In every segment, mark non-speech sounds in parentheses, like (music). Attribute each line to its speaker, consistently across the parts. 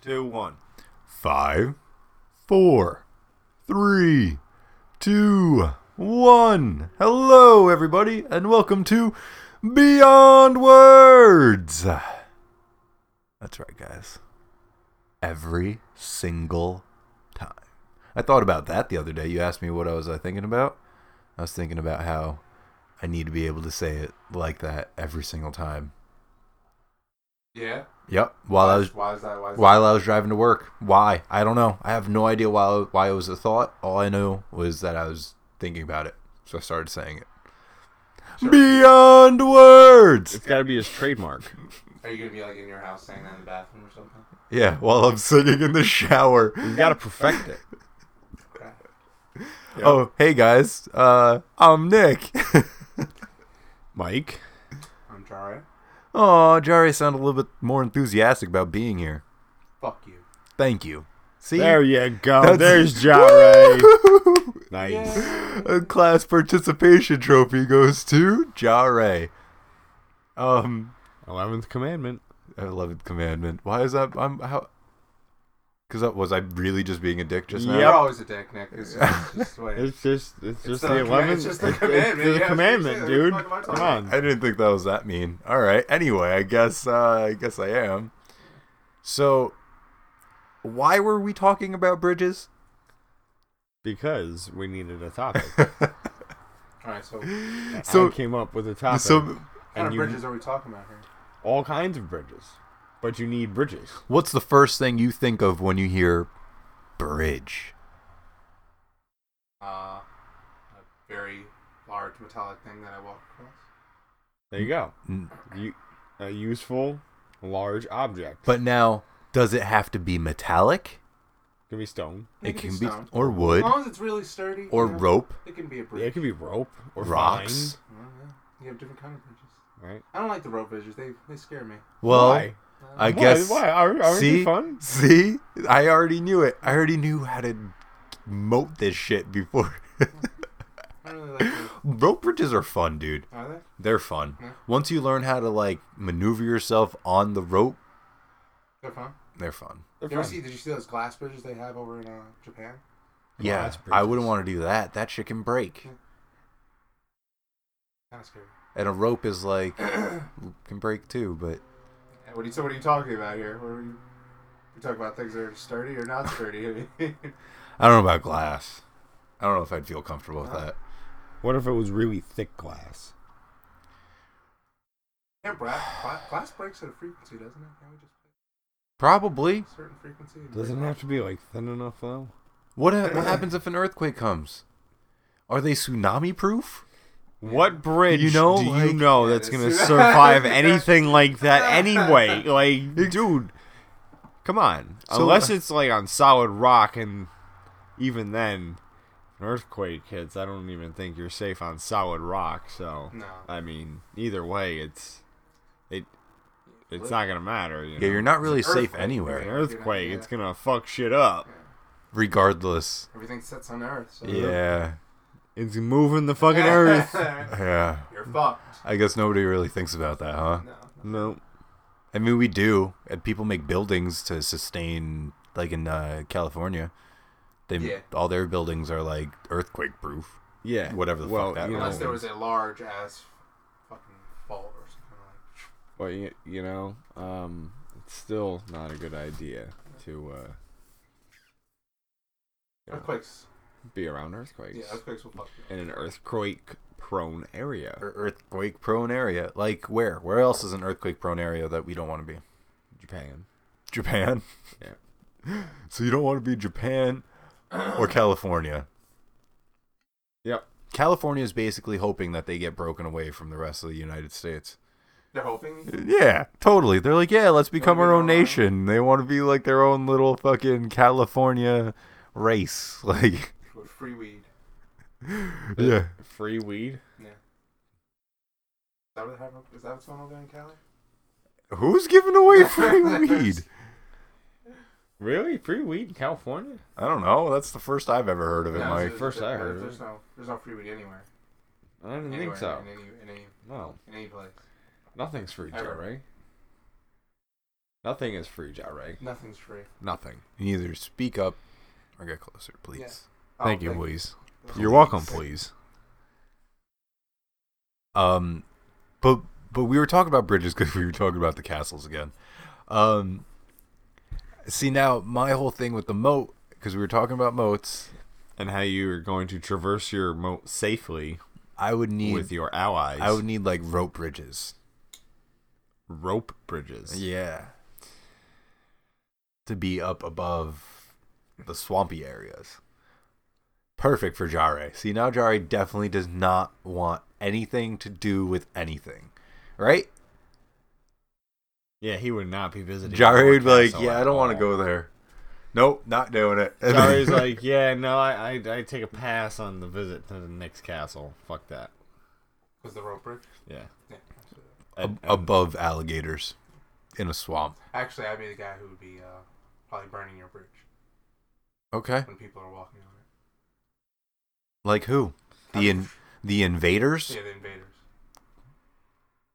Speaker 1: two, one.
Speaker 2: Five, four, three, two, one. Hello, everybody, and welcome to Beyond Words. That's right, guys. Every single time. I thought about that the other day. You asked me what I was uh, thinking about. I was thinking about how I need to be able to say it like that every single time.
Speaker 1: Yeah.
Speaker 2: Yep. While I was
Speaker 1: why is that? Why is
Speaker 2: while I was driving to work. Why? I don't know. I have no idea why why it was a thought. All I knew was that I was thinking about it, so I started saying it. Beyond words.
Speaker 3: It's got to be his trademark.
Speaker 1: that? (laughs) Are you gonna be like in your house saying that in the bathroom or something?
Speaker 2: Yeah, while I'm singing in the shower.
Speaker 3: He's got to perfect it.
Speaker 1: Okay.
Speaker 2: Oh, hey guys. Uh, I'm Nick.
Speaker 3: (laughs) Mike,
Speaker 1: (laughs) I'm Jare.
Speaker 2: oh, Jari sounded a little bit more enthusiastic about being here.
Speaker 1: Fuck you.
Speaker 2: Thank you. See,
Speaker 3: there you go.
Speaker 2: That's- (laughs)
Speaker 3: There's Jare. nice.
Speaker 2: A class participation trophy goes to Jare. Um,
Speaker 3: Eleventh commandment.
Speaker 2: Eleventh Commandment. Why is that? I'm how? Because that was I really just being a dick just now.
Speaker 3: Yep.
Speaker 1: You're always a dick, Nick. It's just, it's just the way.
Speaker 3: (laughs)
Speaker 1: it is.
Speaker 3: It's just, it's just
Speaker 1: the
Speaker 3: the
Speaker 1: command-
Speaker 3: eleventh.
Speaker 1: it's just the commandment,
Speaker 3: the
Speaker 1: yeah,
Speaker 3: commandment,
Speaker 1: it's- it's-
Speaker 3: dude.
Speaker 1: it's- it's-
Speaker 3: Come on.
Speaker 2: I didn't think that was that mean. All right. Anyway, I guess uh, I guess I am. So, why were we talking about (laughs) bridges?
Speaker 3: Because we needed
Speaker 1: (laughs)
Speaker 3: a topic.
Speaker 1: All right. So, what
Speaker 2: So-
Speaker 3: I came up with a topic.
Speaker 2: So,
Speaker 1: kind of
Speaker 3: you-
Speaker 1: bridges are we talking about here?
Speaker 3: all kinds of bridges, but you need bridges.
Speaker 2: what's the first thing you think of when you hear bridge?
Speaker 1: Uh, a very large metallic thing that I walk across.
Speaker 3: There you go.
Speaker 1: Mm.
Speaker 2: N-
Speaker 3: You, a useful, large object.
Speaker 2: But now, does it have to be metallic?
Speaker 3: It can be stone.
Speaker 2: It can be
Speaker 1: stone.
Speaker 2: or
Speaker 1: As
Speaker 2: wood
Speaker 1: long as it's really sturdy.
Speaker 2: or
Speaker 1: you know,
Speaker 2: rope.
Speaker 1: It can be a
Speaker 3: Yeah, it
Speaker 1: bridge.
Speaker 3: could be rope or
Speaker 2: Rocks?
Speaker 3: vine,
Speaker 1: I don't know. You have different kind of bridges.
Speaker 3: Right.
Speaker 1: I don't like the rope bridges. They they scare me.
Speaker 2: Well,
Speaker 3: Why?
Speaker 2: I
Speaker 3: Why-
Speaker 2: guess.
Speaker 3: Why? Are, aren't
Speaker 2: See,
Speaker 3: they fun?
Speaker 2: see, I already knew it. I already knew how to moat this shit before. (laughs)
Speaker 1: I don't really like
Speaker 3: (laughs)
Speaker 1: them.
Speaker 2: Rope bridges are fun, dude.
Speaker 1: Are they?
Speaker 2: They're fun.
Speaker 3: Hmm?
Speaker 1: Yeah.
Speaker 2: Once you learn how to like maneuver yourself on the rope,
Speaker 1: They're fun.
Speaker 2: they're fun.
Speaker 3: They're
Speaker 1: You ever
Speaker 3: fun.
Speaker 1: see? Did you see those glass bridges they have over in uh, Japan?
Speaker 2: yeah,
Speaker 3: that's
Speaker 2: I
Speaker 3: bridges. Hmm.
Speaker 2: wouldn't want to do that. That shit can break,
Speaker 1: Kind of scary.
Speaker 2: and a rope is like (clears throat) can break too. But
Speaker 1: Yeah, What are you, so what are you talking about here? What are you, you talking about things that are sturdy or not sturdy? (laughs)
Speaker 2: I don't know about glass. I don't know if I'd feel comfortable with
Speaker 1: Wow.
Speaker 2: that.
Speaker 3: What if it was really thick glass?
Speaker 1: yeah, Brad, gla- glass breaks at a frequency, doesn't it? Can we just
Speaker 2: Probably.
Speaker 1: a certain frequency? and
Speaker 3: Doesn't it
Speaker 1: break
Speaker 3: have to be like thin enough though.
Speaker 2: What ha- what happens if an earthquake comes? Are they tsunami proof?
Speaker 3: What bridge
Speaker 2: You know,
Speaker 3: do
Speaker 2: like-
Speaker 3: you know
Speaker 1: Yeah,
Speaker 3: that's
Speaker 1: this
Speaker 3: gonna
Speaker 1: is-
Speaker 2: (laughs)
Speaker 3: survive anything like that anyway? Like, dude, come on.
Speaker 2: So- uh,
Speaker 3: Unless it's like on solid rock, and even then, an earthquake hits. I don't even think you're safe on solid rock. So,
Speaker 1: off? No.
Speaker 3: I mean, either way, it's it it's not gonna matter. You know?
Speaker 2: Yeah, you're not really safe
Speaker 1: earthquake.
Speaker 3: an
Speaker 2: anywhere,
Speaker 3: earthquake.
Speaker 1: Yeah.
Speaker 3: It's gonna fuck shit up.
Speaker 2: regardless.
Speaker 1: Everything sits on Earth. So (laughs)
Speaker 2: Yeah.
Speaker 3: It's moving
Speaker 2: (laughs)
Speaker 3: the fucking earth.
Speaker 2: Yeah.
Speaker 1: (laughs) You're fucked.
Speaker 2: I guess nobody really thinks about that, huh?
Speaker 3: Uh-huh.
Speaker 1: No. no.
Speaker 3: no,
Speaker 2: I mean, we do. And people make buildings to sustain, like in uh, California. They
Speaker 1: Yeah.
Speaker 2: all their buildings are like earthquake proof.
Speaker 3: yeah,
Speaker 2: Whatever the fuck
Speaker 3: well,
Speaker 2: that
Speaker 3: you
Speaker 1: Unless
Speaker 3: know,
Speaker 1: there was a large ass fucking fault or something like.
Speaker 3: But you, you know, um, it's still not a good idea to uh, Yeah.
Speaker 1: Earthquakes.
Speaker 3: be around earthquakes
Speaker 1: Yeah, earthquakes will fuck you. up.
Speaker 3: in an earthquake-prone area.
Speaker 2: Or earthquake prone area, like where? Where else is an earthquake prone area that we don't want to be?
Speaker 3: Japan.
Speaker 2: Japan.
Speaker 3: Yeah.
Speaker 2: (laughs) So you don't want to be Japan or California.
Speaker 3: Yep.
Speaker 2: California is basically hoping that they get broken away from the rest of the United States.
Speaker 1: They're hoping.
Speaker 2: Yeah, totally. They're like, yeah, let's become
Speaker 1: Wanna be
Speaker 2: our own
Speaker 1: their own.
Speaker 2: nation. They want to be like their own little fucking California race. (laughs) Like,
Speaker 1: with free weed.
Speaker 3: Uh,
Speaker 2: yeah.
Speaker 3: Free weed.
Speaker 1: Yeah. Is that what happened? Is that what's going on there in Cali?
Speaker 2: Who's giving away
Speaker 3: (laughs)
Speaker 2: free weed?
Speaker 3: Really? Free weed in California?
Speaker 2: I don't know. That's the first I've ever heard of it,
Speaker 1: No,
Speaker 2: Mike.
Speaker 1: there's-
Speaker 3: First I
Speaker 1: there-
Speaker 3: heard of
Speaker 1: There's
Speaker 3: it.
Speaker 1: no, there's no free weed anywhere.
Speaker 3: I don't
Speaker 1: anywhere
Speaker 3: think so.
Speaker 1: In any, in any,
Speaker 3: No,
Speaker 1: in any place.
Speaker 3: nothing's free,
Speaker 1: Ever.
Speaker 3: Jerry. Nothing is free, Ja Ray.
Speaker 1: Nothing's free.
Speaker 3: Nothing.
Speaker 2: You either speak up or get closer, please.
Speaker 1: Oh,
Speaker 2: Thank you, please.
Speaker 1: Please.
Speaker 2: You're welcome, please. Um, but but we were talking about bridges because we were talking about the castles again. Um, see now my whole thing with the moat because we were talking about moats.
Speaker 3: And how you are going to traverse your moat safely
Speaker 2: I would need
Speaker 3: with your allies.
Speaker 2: I would need like rope bridges.
Speaker 3: rope bridges.
Speaker 2: Yeah. To be up above the swampy areas. Perfect for Jare. See, now Jare definitely does not want anything to do with anything. Right?
Speaker 3: Yeah, he would not be visiting.
Speaker 2: Jare would be
Speaker 3: Moat
Speaker 2: like,
Speaker 3: Castle
Speaker 2: yeah, I
Speaker 3: at
Speaker 2: don't want to go
Speaker 3: all."
Speaker 2: there. Nope, not doing it. And then- (laughs)
Speaker 3: (laughs) Jare's like, yeah, no, I, I I take a pass on the visit to the next castle. Fuck that.
Speaker 1: Because the rope bridge.
Speaker 3: Yeah.
Speaker 1: Yeah.
Speaker 2: Ab-
Speaker 3: And- and-
Speaker 2: above alligators in a swamp.
Speaker 1: Actually, I'd be the guy who would be uh, probably burning your bridge
Speaker 2: Okay.
Speaker 1: when people are walking on
Speaker 2: Like who?
Speaker 1: it.
Speaker 2: The in- the invaders?
Speaker 1: yeah, the invaders.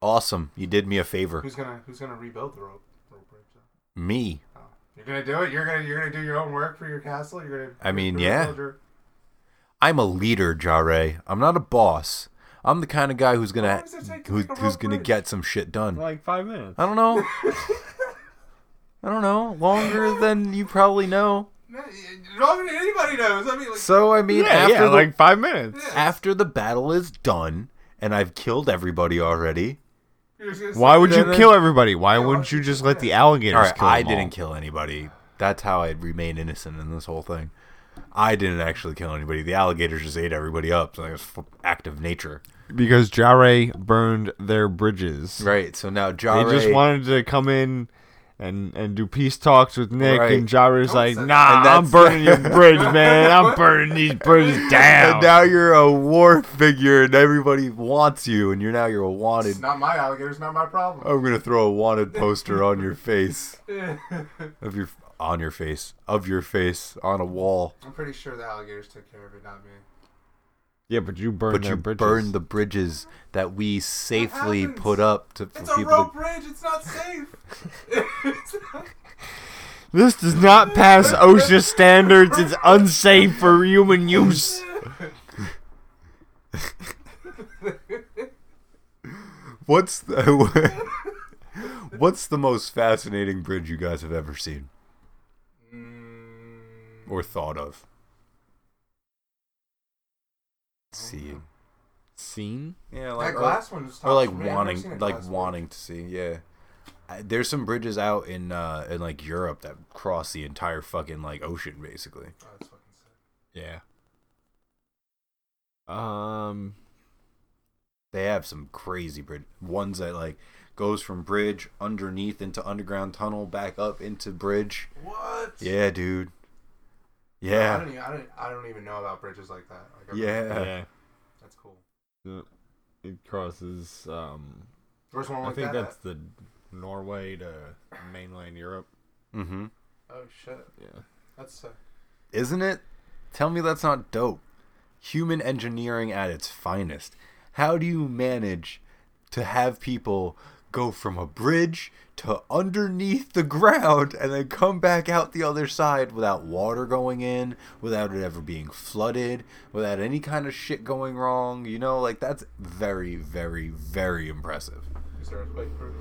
Speaker 2: Awesome. You did me a favor.
Speaker 1: Who's gonna Who's gonna rebuild the rope rope bridge? Though?
Speaker 2: Me.
Speaker 1: Oh. You're gonna do it. You're gonna You're gonna do your own work for your castle. You're gonna.
Speaker 2: I mean,
Speaker 1: you're gonna
Speaker 2: yeah.
Speaker 1: build your-
Speaker 2: I'm a leader, Jare. I'm not a boss. I'm the kind of guy who's
Speaker 1: How
Speaker 2: gonna
Speaker 1: long does it take to
Speaker 2: who's,
Speaker 1: make a
Speaker 2: who's
Speaker 1: rope
Speaker 2: gonna
Speaker 1: bridge?
Speaker 2: get some shit done.
Speaker 3: like five minutes.
Speaker 2: I don't (laughs) know. I don't know. Longer than you probably know.
Speaker 1: No, Longer than anybody knows. I mean, like,
Speaker 2: So I mean, after the,
Speaker 3: like five minutes.
Speaker 1: Yeah.
Speaker 2: after the battle is done and I've killed everybody already.
Speaker 1: you're just gonna
Speaker 3: Why
Speaker 1: sit
Speaker 3: would
Speaker 1: there
Speaker 3: you
Speaker 2: No, no.
Speaker 3: kill everybody? Why
Speaker 1: why
Speaker 3: wouldn't
Speaker 1: would
Speaker 3: you
Speaker 1: you
Speaker 3: just
Speaker 1: do
Speaker 3: let
Speaker 1: that?
Speaker 3: the alligators
Speaker 2: All right,
Speaker 3: kill
Speaker 2: I
Speaker 3: them all?
Speaker 2: didn't kill anybody. That's how I remain innocent in this whole thing. I didn't actually kill anybody. The alligators just ate everybody up. So it was f- act of nature.
Speaker 3: because Jare burned their bridges.
Speaker 2: Right. So now
Speaker 3: They
Speaker 2: Jare
Speaker 3: just wanted to come in and and do peace talks with Nick,
Speaker 2: Right.
Speaker 3: and Jare's like,
Speaker 1: say-
Speaker 3: "Nah,
Speaker 2: And
Speaker 3: I'm
Speaker 2: that's-
Speaker 3: burning your bridge, man. I'm burning these bridges down."
Speaker 2: And now you're a war figure, and everybody wants you, and you're now you're a wanted.
Speaker 1: It's not my alligators. Not my problem.
Speaker 2: I'm gonna throw a wanted poster on your face,
Speaker 1: (laughs) I'm
Speaker 2: of your on your face, of your face on a wall.
Speaker 1: pretty sure the alligators took care of it, not me.
Speaker 3: yeah, but you burned
Speaker 2: But
Speaker 3: their
Speaker 2: you
Speaker 3: bridges.
Speaker 2: burn the bridges that we safely
Speaker 1: happens.
Speaker 2: put up to for
Speaker 1: It's a
Speaker 2: people.
Speaker 1: rope
Speaker 2: To,
Speaker 1: bridge. It's not safe. It's not-
Speaker 3: this does not pass OSHA standards. It's unsafe for human use.
Speaker 2: what's the (laughs) what's the most fascinating bridge you guys have ever seen
Speaker 1: (laughs) Mm,
Speaker 2: or thought of? See,
Speaker 3: Scene?
Speaker 2: yeah,
Speaker 1: that glass one was tough.
Speaker 2: or like
Speaker 1: for me. I've never seen a
Speaker 2: wanting like
Speaker 1: glass bridge.
Speaker 2: wanting to see yeah I- there's some bridges out in uh in like europe that cross the entire fucking like ocean basically
Speaker 1: Oh, that's fucking sick.
Speaker 3: Yeah. Um.
Speaker 2: they have some crazy bridge ones that like goes from bridge underneath into underground tunnel back up into bridge
Speaker 1: What?
Speaker 2: yeah dude
Speaker 1: I
Speaker 2: yeah
Speaker 1: don't, even, I, don't, I don't even know about bridges like that. Like, I'm-
Speaker 2: yeah
Speaker 3: Yeah.
Speaker 1: That's cool.
Speaker 3: It crosses. Um.
Speaker 1: There's one
Speaker 3: I
Speaker 1: like
Speaker 3: think
Speaker 1: that. uh,
Speaker 3: that's the Norway to mainland Europe.
Speaker 2: mm-hmm
Speaker 1: Oh shit.
Speaker 3: Yeah.
Speaker 1: That's sick.
Speaker 2: isn't it tell me that's not dope human engineering at its finest how do you manage to have people go from a bridge to underneath the ground and then come back out the other side without water going in without it ever being flooded without any kind of shit going wrong you know like that's very very very impressive
Speaker 1: Is there earthquake proof?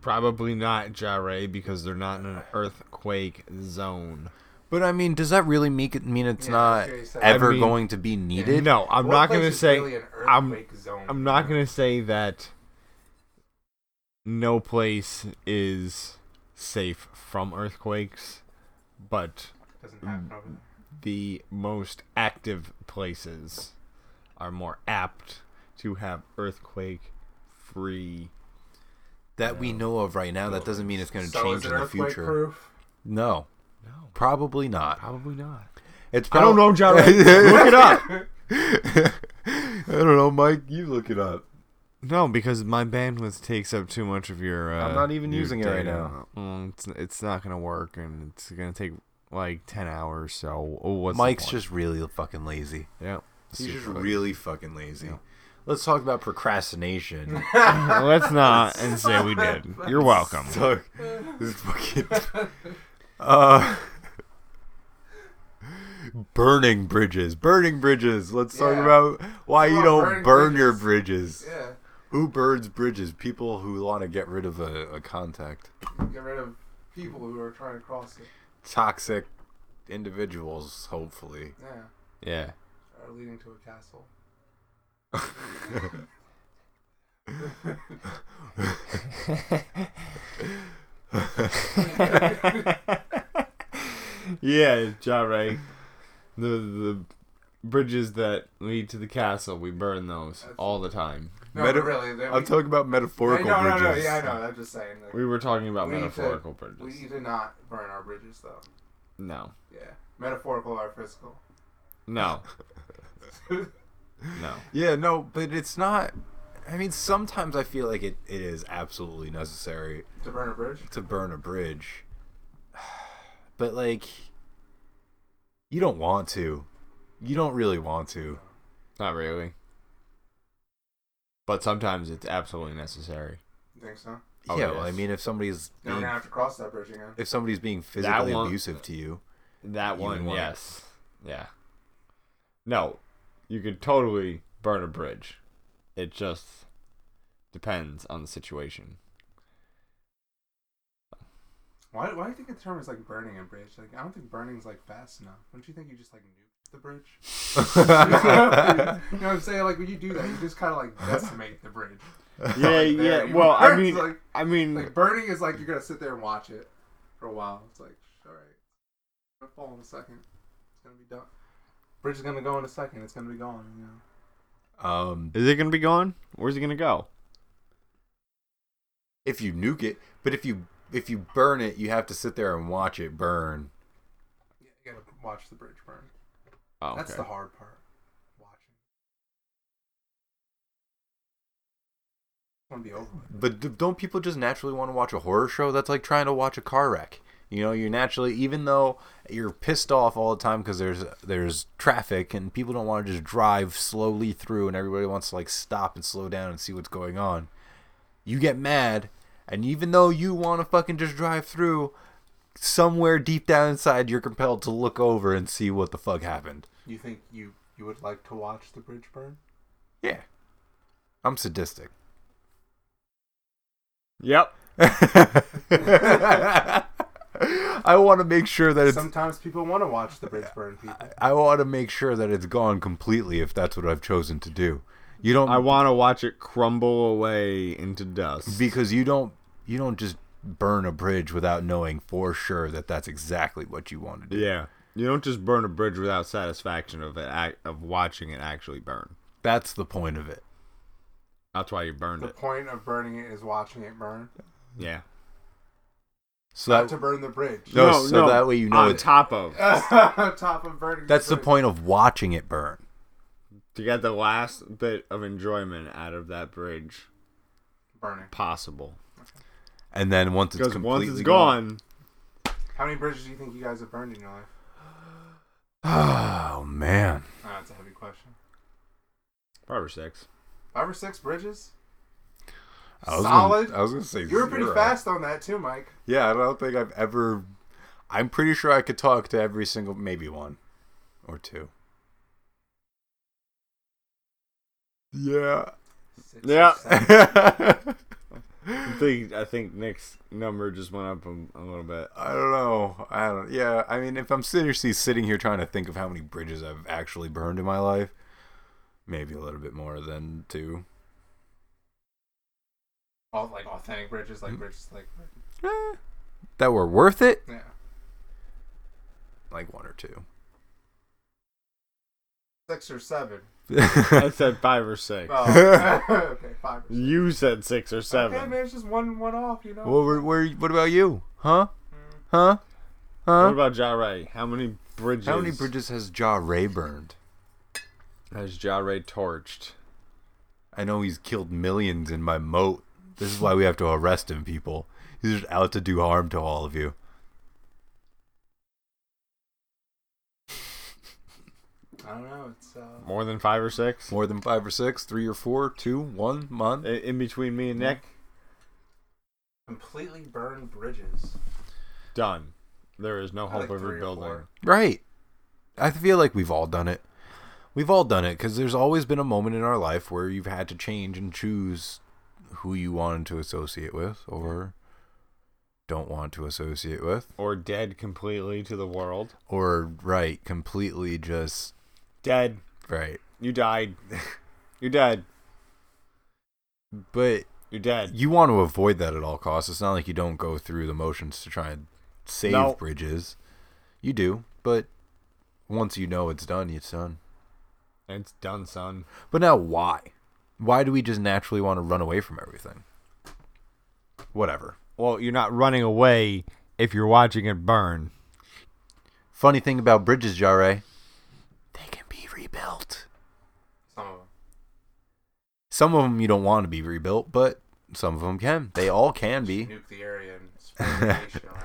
Speaker 3: Probably not Jare because they're not in an earthquake zone.
Speaker 2: but i mean does that really make it mean it's
Speaker 1: Yeah,
Speaker 2: not
Speaker 1: okay, so-
Speaker 2: ever
Speaker 3: I mean-
Speaker 2: going to be needed
Speaker 3: No, I'm
Speaker 1: What
Speaker 3: not
Speaker 1: place
Speaker 3: gonna
Speaker 1: is
Speaker 3: say.
Speaker 1: Really an
Speaker 3: I'm
Speaker 1: earthquake zone.
Speaker 3: I'm not gonna say that. No place is safe from earthquakes, but
Speaker 1: Doesn't
Speaker 2: Mm,
Speaker 1: happen over there.
Speaker 3: the most active places are more apt to have earthquake-free.
Speaker 2: that we know of right now that doesn't mean it's going to change in the future
Speaker 1: proof?
Speaker 2: No,
Speaker 3: No,
Speaker 2: probably not.
Speaker 3: probably not.
Speaker 2: It's
Speaker 3: I don't know,
Speaker 2: (laughs)
Speaker 3: John. Look it up.
Speaker 2: I don't know, Mike. You look it up.
Speaker 3: No, because my bandwidth takes up too much of your. Uh,
Speaker 2: I'm not even
Speaker 3: your
Speaker 2: using it right
Speaker 3: data. Mm, it's it's not gonna work, and it's gonna take like ten hours. So oh, what's the
Speaker 2: Mike's
Speaker 3: point?
Speaker 2: just really fucking lazy.
Speaker 3: yeah.
Speaker 2: He's just
Speaker 3: super lazy.
Speaker 2: really fucking lazy.
Speaker 3: Yeah.
Speaker 2: Let's talk about procrastination.
Speaker 3: Let's not
Speaker 1: (laughs)
Speaker 3: and say we did. You're welcome.
Speaker 2: so, this is fucking. Uh, burning bridges. Burning bridges. Let's talk
Speaker 1: Yeah.
Speaker 2: about why you
Speaker 1: about
Speaker 2: don't burn
Speaker 1: burning
Speaker 2: your bridges.
Speaker 1: Yeah.
Speaker 2: Who burns bridges? People who want to get rid of a, a contact.
Speaker 1: Get rid of people who are trying to cross it.
Speaker 2: Toxic individuals, hopefully.
Speaker 1: Yeah.
Speaker 3: Yeah.
Speaker 1: Are leading to a castle.
Speaker 3: yeah, John Ray. The the bridges that lead to the castle, we burn those all the time.
Speaker 1: No,
Speaker 2: Meta-
Speaker 1: but really. They,
Speaker 2: (laughs) I'm talking about
Speaker 1: Hey,
Speaker 2: metaphorical
Speaker 1: no, no,
Speaker 2: bridges.
Speaker 1: no. Yeah, I know. I'm just saying. Like,
Speaker 3: We were talking about
Speaker 1: We need to-
Speaker 3: metaphorical
Speaker 1: we
Speaker 3: bridges.
Speaker 1: need to not burn our bridges, though.
Speaker 3: No.
Speaker 1: Yeah. Metaphorical or physical. (laughs)
Speaker 3: No. No.
Speaker 2: Yeah, no, but it's not. I mean, sometimes I feel like it, it is absolutely necessary
Speaker 1: to burn a bridge?
Speaker 2: to burn a bridge. (sighs) But, like, you don't want to. You don't really want to.
Speaker 3: Not really. But sometimes it's absolutely necessary.
Speaker 1: You think so?
Speaker 3: Oh,
Speaker 2: yeah, well, I
Speaker 3: yes.
Speaker 2: mean, if somebody's
Speaker 1: Then we're
Speaker 3: Mm.
Speaker 2: being,
Speaker 1: gonna have to cross that bridge again.
Speaker 2: if somebody's being physically
Speaker 3: one-
Speaker 2: abusive
Speaker 1: (laughs)
Speaker 2: to you,
Speaker 3: That
Speaker 2: You would
Speaker 3: one,
Speaker 2: want it.
Speaker 3: yes. Yeah. No, you could totally burn a bridge. It just depends on the situation.
Speaker 1: Why, why do you think the term is like burning a bridge? Like I don't think burning's like fast enough. Don't you think you just like nuke the bridge?
Speaker 3: (laughs)
Speaker 1: you know what I'm saying?
Speaker 2: (laughs)
Speaker 1: Like when you do that, you just kind of like decimate the bridge.
Speaker 3: (laughs) Yeah,
Speaker 1: Like, there
Speaker 3: yeah.
Speaker 1: you
Speaker 3: Well,
Speaker 1: are. (laughs)
Speaker 3: I
Speaker 1: It's
Speaker 3: mean, mm.
Speaker 1: like-
Speaker 3: I mean,
Speaker 1: Like burning is like you're gonna sit there and watch it for a while. It's like all right, gonna fall in a second. It's gonna be done. Bridge is gonna go in a second. It's gonna be gone. You know.
Speaker 2: um,
Speaker 3: is it gonna be gone? Where's it gonna go?
Speaker 2: if you nuke it, but if you if you burn it, you have to sit there and watch it burn.
Speaker 1: Yeah, you gotta watch the bridge burn.
Speaker 3: Oh,
Speaker 1: That's
Speaker 3: okay.
Speaker 1: the hard part. Watching. It's gonna be over. with.
Speaker 2: But d- don't people just naturally want to watch a horror show? That's like trying to watch a car wreck. You know, you naturally, even though you're pissed off all the time because there's there's traffic and people don't want to just drive slowly through, and everybody wants to like stop and slow down and see what's going on. You get mad, and even though you want to fucking just drive through, somewhere deep down inside, you're compelled to look over and see what the fuck happened.
Speaker 1: You think you you would like to watch the bridge burn?
Speaker 2: Yeah, I'm sadistic.
Speaker 3: Yep.
Speaker 2: (laughs) I want to make sure that it's
Speaker 1: Sometimes people want to watch the
Speaker 2: (laughs)
Speaker 1: bridge burn. People.
Speaker 2: I want to make sure that it's gone completely if that's what I've chosen to do. You don't
Speaker 3: I want to watch it crumble away into dust.
Speaker 2: because you don't you don't just burn a bridge without knowing for sure that that's exactly what you want to do.
Speaker 3: yeah, you don't just burn a bridge without satisfaction of it ac- of watching it actually burn.
Speaker 2: That's the point of it.
Speaker 3: That's why you burned
Speaker 1: The
Speaker 3: it.
Speaker 1: point of burning it is watching it burn.
Speaker 3: Yeah.
Speaker 2: So
Speaker 1: Not
Speaker 2: that
Speaker 1: to burn the
Speaker 2: (laughs)
Speaker 1: bridge. (laughs)
Speaker 2: No, so that way you know
Speaker 3: on
Speaker 2: it-
Speaker 3: top of
Speaker 1: Top of burning.
Speaker 2: that's the
Speaker 1: bridge.
Speaker 2: point of watching it burn.
Speaker 3: to get the last bit of enjoyment out of that bridge
Speaker 1: Burning.
Speaker 3: possible.
Speaker 2: And then once it's
Speaker 3: Because
Speaker 2: completely
Speaker 3: once it's gone,
Speaker 1: How many bridges do you think you guys have burned in your life?
Speaker 2: (sighs) Oh man.
Speaker 1: Ah, that's a heavy question.
Speaker 3: five or six.
Speaker 1: Five or six bridges.
Speaker 2: I was
Speaker 1: Solid.
Speaker 2: Gonna, I was going to say
Speaker 1: You were pretty
Speaker 2: zero.
Speaker 1: fast on that too, Mike.
Speaker 2: Yeah, I don't think I've ever I'm pretty sure I could talk to every single maybe one or two. Yeah. (laughs)
Speaker 1: Six or
Speaker 3: Yeah.
Speaker 1: seven.
Speaker 3: I
Speaker 2: I
Speaker 3: think I think Nick's number just went up a, a little bit.
Speaker 2: don't know. I don't. Yeah, I mean, if I'm seriously sitting here trying to think of how many bridges I've actually burned in my life, maybe a little bit more than two.
Speaker 1: All like authentic bridges,
Speaker 2: Mm-hmm.
Speaker 1: like bridges, like
Speaker 2: Eh, that were worth it,
Speaker 1: yeah.
Speaker 2: like one or two.
Speaker 1: Six or seven.
Speaker 3: I
Speaker 2: (laughs)
Speaker 3: said five or six.
Speaker 1: Oh, (laughs) okay, five. Or six.
Speaker 3: You said six or
Speaker 1: Okay,
Speaker 3: seven.
Speaker 1: man, it's just one one off, you know.
Speaker 2: well, where, where, what about you? Huh?
Speaker 1: Mm.
Speaker 2: Huh?
Speaker 3: What
Speaker 2: Huh?
Speaker 3: about Ja Ray? How many bridges?
Speaker 2: How many bridges has Ja Ray burned?
Speaker 3: has Ja Ray torched?
Speaker 2: I know he's killed millions in my moat. This is why we have to arrest him, people. He's just out to do harm to all of you.
Speaker 1: I I don't know. It's uh,
Speaker 3: More than five or six.
Speaker 2: More than five or six, three or four, two, one,
Speaker 3: I-
Speaker 2: month.
Speaker 3: In between me and Nick,
Speaker 1: completely burned bridges.
Speaker 3: done. There is no
Speaker 1: I
Speaker 3: hope
Speaker 1: like
Speaker 3: of
Speaker 1: three or
Speaker 3: rebuilding.
Speaker 1: four.
Speaker 2: Right. I feel like we've all done it. We've all done it because there's always been a moment in our life where you've had to change and choose who you wanted to associate with or don't want to associate with.
Speaker 3: Or dead completely to the world.
Speaker 2: Or, right, completely just,
Speaker 3: Dead.
Speaker 2: right.
Speaker 3: You died. (laughs) You're dead.
Speaker 2: But
Speaker 3: You're dead.
Speaker 2: you want to avoid that at all costs. It's not like you don't go through the motions to try and save
Speaker 3: No.
Speaker 2: bridges. You do, but once you know it's done, it's done.
Speaker 3: It's done, son.
Speaker 2: But now, why? Why do we just naturally want to run away from everything? Whatever.
Speaker 3: Well, you're not running away if you're watching it burn.
Speaker 2: Funny thing about bridges, Jare, they can be rebuilt.
Speaker 1: Some of them.
Speaker 2: Some of them you don't want to be rebuilt, but some of them can. They all can be.
Speaker 1: Nuke the area and spread the nation around.
Speaker 3: (laughs)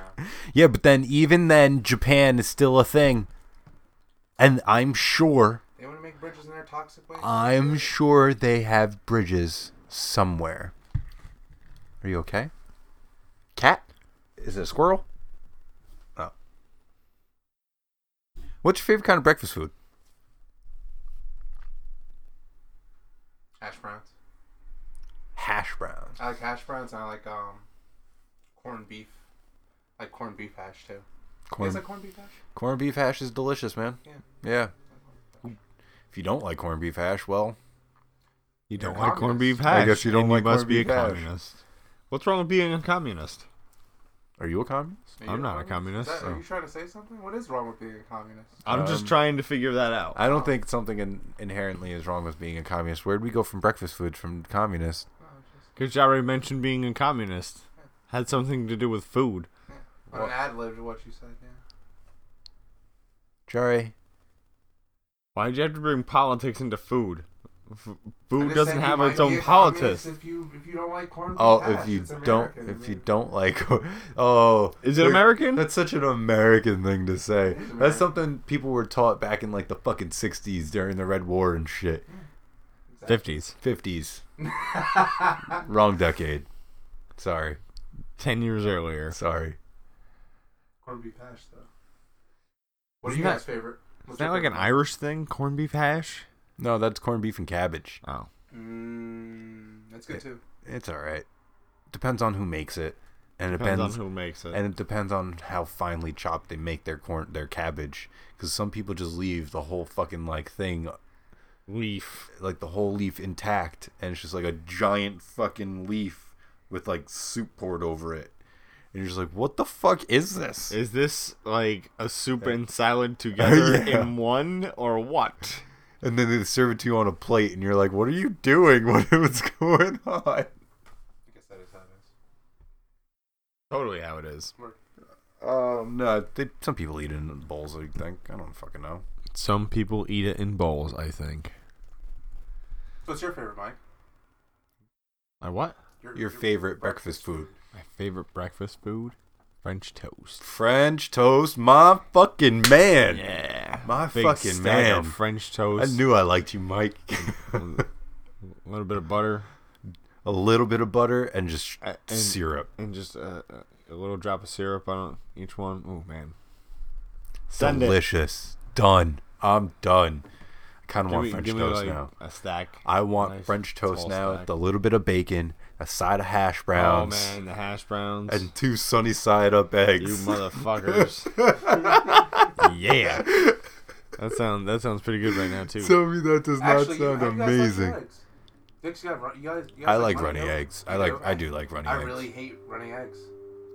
Speaker 2: Yeah, but then even then, Japan is still a thing. And I'm sure
Speaker 1: They want to make bridges in their toxic waste.
Speaker 2: I'm sure they have bridges somewhere. Are you okay? Cat? Is it a squirrel? Oh. What's your favorite kind of breakfast food?
Speaker 1: hash browns.
Speaker 2: Hash browns.
Speaker 1: I like hash browns and I like um, corned beef. I like corned beef hash too. You
Speaker 2: Corn,
Speaker 1: guys like corned beef hash?
Speaker 2: corned beef hash is delicious, man.
Speaker 1: Yeah.
Speaker 2: Yeah. If you don't like corned beef hash, well,
Speaker 3: You don't
Speaker 1: You're
Speaker 3: like corned beef
Speaker 1: communist.
Speaker 3: hash.
Speaker 2: I guess you don't
Speaker 3: and
Speaker 2: like
Speaker 3: You must
Speaker 2: corned
Speaker 3: be a
Speaker 2: beef hash.
Speaker 3: communist. What's wrong with being a communist?
Speaker 2: are you a communist?
Speaker 1: Are
Speaker 3: I'm
Speaker 1: you
Speaker 3: not a
Speaker 1: Is
Speaker 3: communist,
Speaker 1: that- Are
Speaker 3: so-
Speaker 1: you trying to say something? What is wrong with being a communist?
Speaker 3: I'm just
Speaker 2: Um,
Speaker 3: trying to figure that out.
Speaker 2: I don't think something in, inherently is wrong with being a communist. Where'd we go from breakfast food from communist?
Speaker 1: Oh, just,
Speaker 3: Because Jare mentioned being a communist had something to do with food.
Speaker 1: yeah. What an ad lib to what you said. Yeah.
Speaker 2: Jerry,
Speaker 3: Why'd you have to bring politics into food? F-
Speaker 1: I
Speaker 3: food
Speaker 1: just
Speaker 3: doesn't
Speaker 1: said you
Speaker 3: have
Speaker 1: might
Speaker 3: its
Speaker 1: be
Speaker 3: own
Speaker 1: a communist
Speaker 3: politics.
Speaker 1: If you if you don't like corned beef
Speaker 2: Oh,
Speaker 1: hash,
Speaker 2: if you
Speaker 1: it's
Speaker 2: don't,
Speaker 1: American,
Speaker 2: if
Speaker 1: man.
Speaker 2: you don't like, (laughs) oh,
Speaker 3: Is it
Speaker 2: they're-
Speaker 3: (laughs) American?
Speaker 2: That's such an American thing to say.
Speaker 1: American.
Speaker 2: That's something people were taught back in like the fucking '60s during the Red War and shit.
Speaker 1: Exactly.
Speaker 3: 50s.
Speaker 2: '50s, wrong decade. Sorry,
Speaker 3: 10 years earlier.
Speaker 2: sorry.
Speaker 1: (laughs) corned beef hash though. What
Speaker 3: Isn't
Speaker 1: are you guys'
Speaker 3: that-
Speaker 1: favorite? What's
Speaker 3: Is that
Speaker 1: your
Speaker 3: like an
Speaker 1: favorite?
Speaker 3: Irish thing? Corned beef hash?
Speaker 2: No, that's corned beef and cabbage.
Speaker 3: Oh.
Speaker 1: Mm, that's good too.
Speaker 2: It's all right. Depends on who makes it, and it
Speaker 3: Depends,
Speaker 2: depends,
Speaker 3: on who makes it.
Speaker 2: and it depends on how finely chopped they make their corn, their cabbage. Because some people just leave the whole fucking like thing
Speaker 3: Leaf.
Speaker 2: like the whole leaf intact and it's just like a giant fucking leaf with like soup poured over it and you're just like what the fuck is this
Speaker 3: Is this like a soup and (laughs) salad together
Speaker 2: Yeah.
Speaker 3: in one or what?
Speaker 2: and then they serve it to you on a plate and you're like what are you doing (laughs) what what's going on
Speaker 1: I guess that is how it is.
Speaker 3: Totally how it is.
Speaker 2: um no they, some people eat it in bowls i think i don't fucking know
Speaker 3: Some people eat it in bowls, I think.
Speaker 1: What's your favorite, Mike?
Speaker 3: I what?
Speaker 2: your favorite breakfast food
Speaker 3: My favorite breakfast food? French toast.
Speaker 2: french toast my fucking man
Speaker 3: Yeah.
Speaker 2: My
Speaker 3: Big
Speaker 2: fucking
Speaker 3: stack
Speaker 2: man.
Speaker 3: of French
Speaker 2: i
Speaker 3: toast.
Speaker 2: knew i liked you mike
Speaker 3: a little bit of butter
Speaker 2: a little bit of butter and just
Speaker 3: I- and-
Speaker 2: syrup
Speaker 3: and just uh, uh, a little drop of syrup on each one. Oh man. Send it.
Speaker 2: Delicious. Done. I'm done. I kind of
Speaker 3: Give
Speaker 2: want
Speaker 3: me-
Speaker 2: French
Speaker 3: give me,
Speaker 2: toast
Speaker 3: like,
Speaker 2: now.
Speaker 3: A stack.
Speaker 2: I want
Speaker 3: nice
Speaker 2: French toast
Speaker 3: tall
Speaker 2: now
Speaker 3: stack.
Speaker 2: with a little bit of bacon, a side of hash
Speaker 3: Oh
Speaker 2: browns,
Speaker 3: man, the hash browns.
Speaker 2: and two sunny side up eggs. (laughs)
Speaker 3: you motherfuckers. yeah. That sound that sounds pretty good right now too.
Speaker 2: Tell me that does not
Speaker 1: Actually,
Speaker 2: sound
Speaker 1: how do you guys like
Speaker 2: amazing.
Speaker 1: eggs? Nick's got run- you guys- you guys
Speaker 2: I like runny
Speaker 1: runny
Speaker 2: eggs. I like. I do like runny
Speaker 1: I
Speaker 2: eggs.
Speaker 1: really hate runny eggs.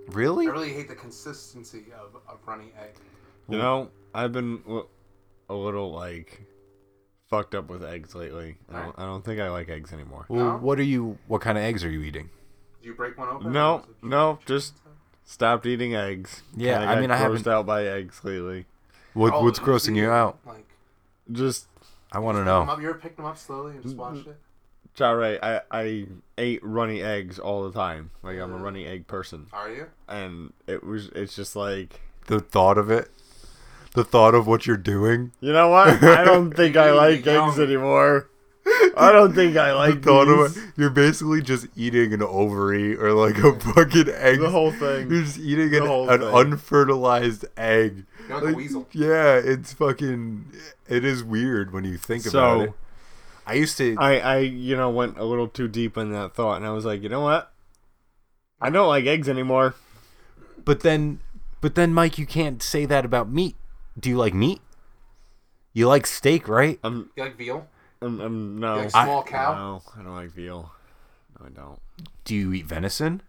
Speaker 1: I
Speaker 2: really?
Speaker 1: really hate the consistency of a runny egg.
Speaker 3: you know, I've been w- a little like fucked up with eggs lately. I don't, I don't think I like eggs anymore.
Speaker 2: Well,
Speaker 1: No?
Speaker 2: what are you? What kind of eggs are you eating?
Speaker 1: Did you break one open?
Speaker 3: No,
Speaker 1: Or was it-
Speaker 3: no, just- Stopped eating eggs.
Speaker 2: Yeah,
Speaker 3: Kinda
Speaker 2: I
Speaker 3: got
Speaker 2: mean, I haven't-
Speaker 3: grossed out by eggs lately.
Speaker 2: What,
Speaker 1: Oh,
Speaker 2: what's
Speaker 1: you
Speaker 2: grossing
Speaker 1: see
Speaker 2: you
Speaker 1: it,
Speaker 2: out? Oh.
Speaker 1: Like,
Speaker 3: Just
Speaker 2: I want to
Speaker 1: Them
Speaker 2: know.
Speaker 1: up, you ever picked them up slowly and just watched it?
Speaker 3: Jare, I, I ate runny eggs all the time. Like I'm a
Speaker 2: Uh.
Speaker 3: runny egg person,
Speaker 1: Are you?
Speaker 3: and it was it's just like
Speaker 2: The thought of it. the thought of what you're doing.
Speaker 3: You know what?
Speaker 2: (laughs)
Speaker 3: I don't think I like
Speaker 1: Yum.
Speaker 3: eggs anymore. I don't think I like
Speaker 2: thought of
Speaker 3: these.
Speaker 2: it- you're basically just eating an ovary or like a fucking egg.
Speaker 3: The whole thing.
Speaker 2: You're just eating
Speaker 3: The
Speaker 2: an,
Speaker 3: whole
Speaker 2: an
Speaker 3: thing.
Speaker 2: unfertilized egg.
Speaker 1: You're like a weasel.
Speaker 2: Yeah, it's fucking. It is weird when you think about
Speaker 3: So-
Speaker 2: it. I used to.
Speaker 3: I, I, you know, went a little too deep in that thought, and I was like, you know what? I don't like eggs anymore.
Speaker 2: But then, but then, Mike, you can't say that about meat. Do you like meat? You like steak, right?
Speaker 3: I'm,
Speaker 1: You like veal?
Speaker 3: I'm, I'm Um, no.
Speaker 1: You like small cow?
Speaker 3: No, I don't like veal. No, I don't.
Speaker 2: Do you eat venison?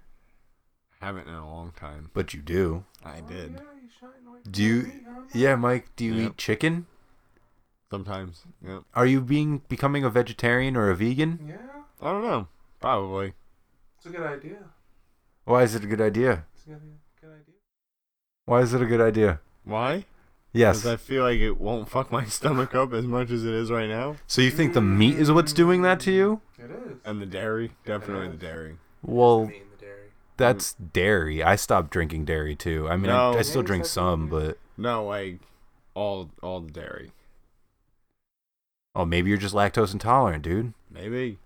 Speaker 3: I haven't in a long time.
Speaker 2: But you do.
Speaker 3: I did
Speaker 1: Oh, you shine like
Speaker 2: Do you? Yeah, Mike. Do you
Speaker 3: Yeah.
Speaker 2: eat chicken?
Speaker 3: sometimes. Yep.
Speaker 2: Are you being becoming a vegetarian or a vegan?
Speaker 1: Yeah,
Speaker 3: I don't know. Probably.
Speaker 1: it's a good idea.
Speaker 2: Why is it a good idea?
Speaker 1: It's a good, good idea.
Speaker 2: Why is it a good idea?
Speaker 3: Why?
Speaker 2: Yes.
Speaker 3: Because I feel like it won't (laughs) fuck my stomach up as much as it is right now.
Speaker 2: So you think the meat is what's doing that to you?
Speaker 1: It is.
Speaker 3: And the dairy, definitely the dairy.
Speaker 1: I
Speaker 2: Well,
Speaker 1: mean, the dairy.
Speaker 2: that's dairy. I stopped drinking dairy too. I mean,
Speaker 3: No.
Speaker 2: I, I still drink some, but
Speaker 3: No, like all, all the dairy.
Speaker 2: oh, maybe you're just lactose intolerant, dude.
Speaker 3: Maybe.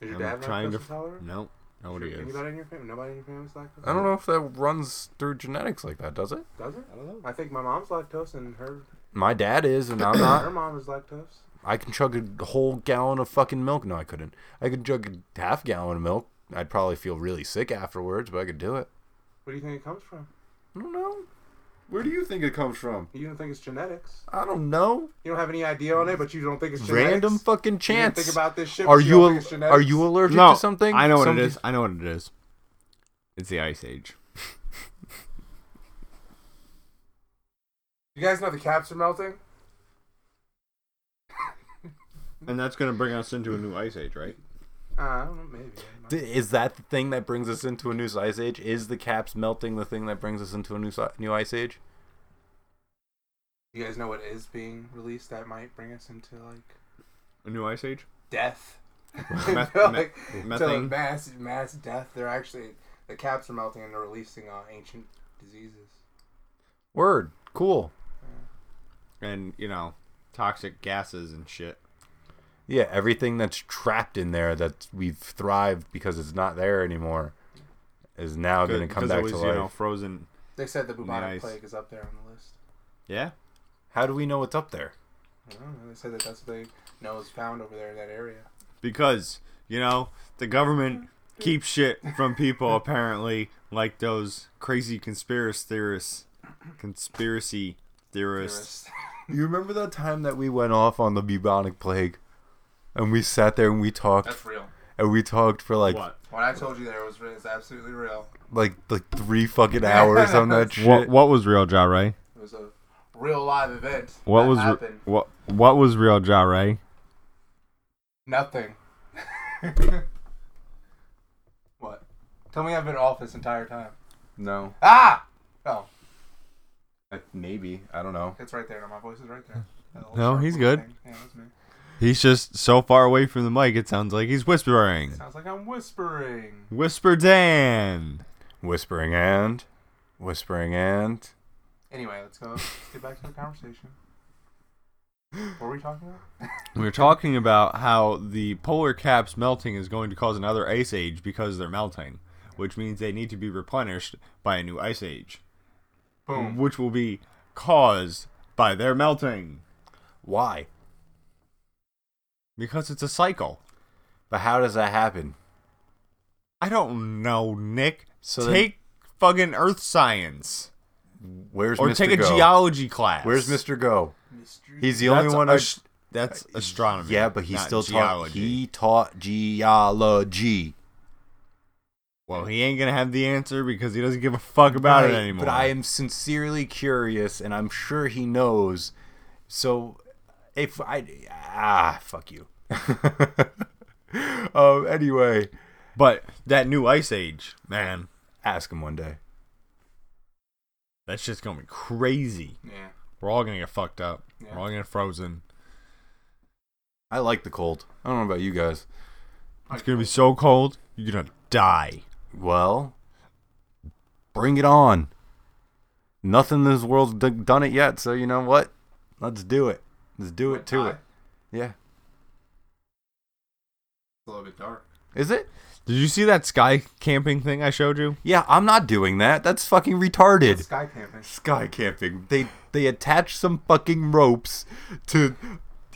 Speaker 1: Is your
Speaker 3: I'm
Speaker 1: dad
Speaker 3: trying
Speaker 1: lactose
Speaker 3: to-
Speaker 1: intolerant?
Speaker 3: No, nobody is.
Speaker 1: Anybody in your family? Nobody in your family's lactose?
Speaker 2: know if that runs through genetics like that, does it?
Speaker 1: Does it?
Speaker 3: I don't know.
Speaker 1: I think my mom's lactose and her
Speaker 2: My dad is, and I'm
Speaker 1: her
Speaker 2: not.
Speaker 1: mom is lactose.
Speaker 2: I can chug a whole gallon of fucking milk. No, I couldn't. I could chug a half gallon of milk. I'd probably feel really sick afterwards, but I could do it.
Speaker 1: Where do you think it comes from?
Speaker 2: I don't know. Where do you think it comes from?
Speaker 1: You don't think it's genetics?
Speaker 2: I don't know.
Speaker 1: You don't have any idea on it, but you don't think it's genetics?
Speaker 2: Random fucking
Speaker 1: You didn't
Speaker 2: chance.
Speaker 1: Think about this shit.
Speaker 2: are
Speaker 1: but
Speaker 2: you
Speaker 1: don't
Speaker 2: al-
Speaker 1: think it's
Speaker 2: are
Speaker 1: genetics?
Speaker 2: you allergic
Speaker 3: no,
Speaker 2: to something?
Speaker 3: I know what
Speaker 2: Something-
Speaker 3: it is. I know what it is. It's the Ice Age.
Speaker 1: You guys know the caps are melting.
Speaker 3: And that's going to bring us into a new Ice Age, right?
Speaker 1: Uh, I don't know. Maybe.
Speaker 2: D- Is that the thing that brings us into a new ice age? Is the caps melting the thing that brings us into a new si- new ice age?
Speaker 1: You guys know what is being released that might bring us into like
Speaker 3: A new
Speaker 2: (laughs)
Speaker 3: Ice Age?
Speaker 1: death.
Speaker 3: (laughs) Meth-
Speaker 1: No,
Speaker 3: meth-
Speaker 1: like, to like
Speaker 3: methane?
Speaker 1: mass mass death. They're actually the caps are melting and they're releasing uh, ancient diseases.
Speaker 2: Word, cool.
Speaker 3: And, you know, toxic gases and shit.
Speaker 2: Yeah, everything that's trapped in there that we've thrived because it's not there anymore is now going to come
Speaker 3: Because
Speaker 2: back
Speaker 3: it was,
Speaker 2: to
Speaker 3: you
Speaker 2: life.
Speaker 3: know, frozen.
Speaker 1: They said the bubonic
Speaker 3: Nice.
Speaker 1: plague is up there on the list.
Speaker 3: Yeah?
Speaker 2: How do we know what's up there?
Speaker 1: I don't know. They said that that's what they know is found over there in that area.
Speaker 3: Because, you know, the government keeps shit from people, apparently, like those crazy conspiracy theorists. Conspiracy theorists.
Speaker 1: Theorists.
Speaker 2: You remember that time that we went off on the bubonic plague, and we sat there and we talked
Speaker 1: (laughs) That's real.
Speaker 2: and we talked for like
Speaker 3: What?
Speaker 1: What I told you there was real. It's absolutely real.
Speaker 2: like like three fucking hours on that shit.
Speaker 3: (laughs) What, what was real, Ja Ray?
Speaker 1: It was a real live event.
Speaker 3: What
Speaker 1: that
Speaker 3: was
Speaker 1: happened?
Speaker 3: what what was real Ja Ray?
Speaker 1: Nothing. (laughs) what? Tell me I've been off this entire time.
Speaker 2: No,
Speaker 1: Ah! Oh,
Speaker 2: maybe I don't know.
Speaker 1: it's right there. My voice is right there. That little
Speaker 3: No,
Speaker 1: sharp
Speaker 3: he's
Speaker 1: little
Speaker 3: good.
Speaker 1: thing. Yeah, that's me.
Speaker 3: He's just so far away from the mic it sounds like he's whispering.
Speaker 1: Sounds like I'm whispering.
Speaker 3: Whisper Dan.
Speaker 2: Whispering and whispering and
Speaker 1: Anyway, let's go. Let's get back to the conversation. What were we talking about?
Speaker 3: We were talking about how the polar caps melting is going to cause another ice age because they're melting, which means they need to be replenished by a new ice age,
Speaker 1: Boom.
Speaker 3: which will be caused by their melting
Speaker 2: why?
Speaker 3: because it's a cycle.
Speaker 2: But how does that happen?
Speaker 3: I don't know, Nick.
Speaker 2: So then-
Speaker 3: take fucking earth science
Speaker 2: Where's
Speaker 3: or
Speaker 2: Mr.
Speaker 3: take a
Speaker 2: Go?
Speaker 3: geology class.
Speaker 2: Where's Mr. Go?
Speaker 1: Mystery.
Speaker 2: He's the
Speaker 3: That's
Speaker 2: only one.
Speaker 3: ast- that's astronomy.
Speaker 2: yeah, but he
Speaker 3: not
Speaker 2: still taught.
Speaker 3: geology.
Speaker 2: He taught geology.
Speaker 3: Well, he ain't gonna have the answer because he doesn't give a fuck about it
Speaker 2: Right,
Speaker 3: anymore.
Speaker 2: But I am sincerely curious, and I'm sure he knows. So, if I ah fuck you. (laughs) um. Anyway,
Speaker 3: But that new ice age, man,
Speaker 2: ask him one day.
Speaker 3: that's just gonna be crazy.
Speaker 1: Yeah.
Speaker 3: We're all gonna get fucked up.
Speaker 1: Yeah.
Speaker 3: We're all gonna get frozen.
Speaker 2: I like the cold. I don't know about you guys.
Speaker 3: It's gonna be so cold, you're gonna die.
Speaker 2: Well, bring it on. Nothing in this world's d- done it yet, so you know what? Let's do it. Let's do it to
Speaker 1: Hi.
Speaker 2: it. Yeah.
Speaker 1: It's a little bit dark.
Speaker 2: Is it?
Speaker 3: Did you see that sky camping thing I showed you?
Speaker 2: Yeah, I'm not doing that. That's fucking retarded.
Speaker 1: Sky camping.
Speaker 2: Sky camping. They they attach some fucking ropes to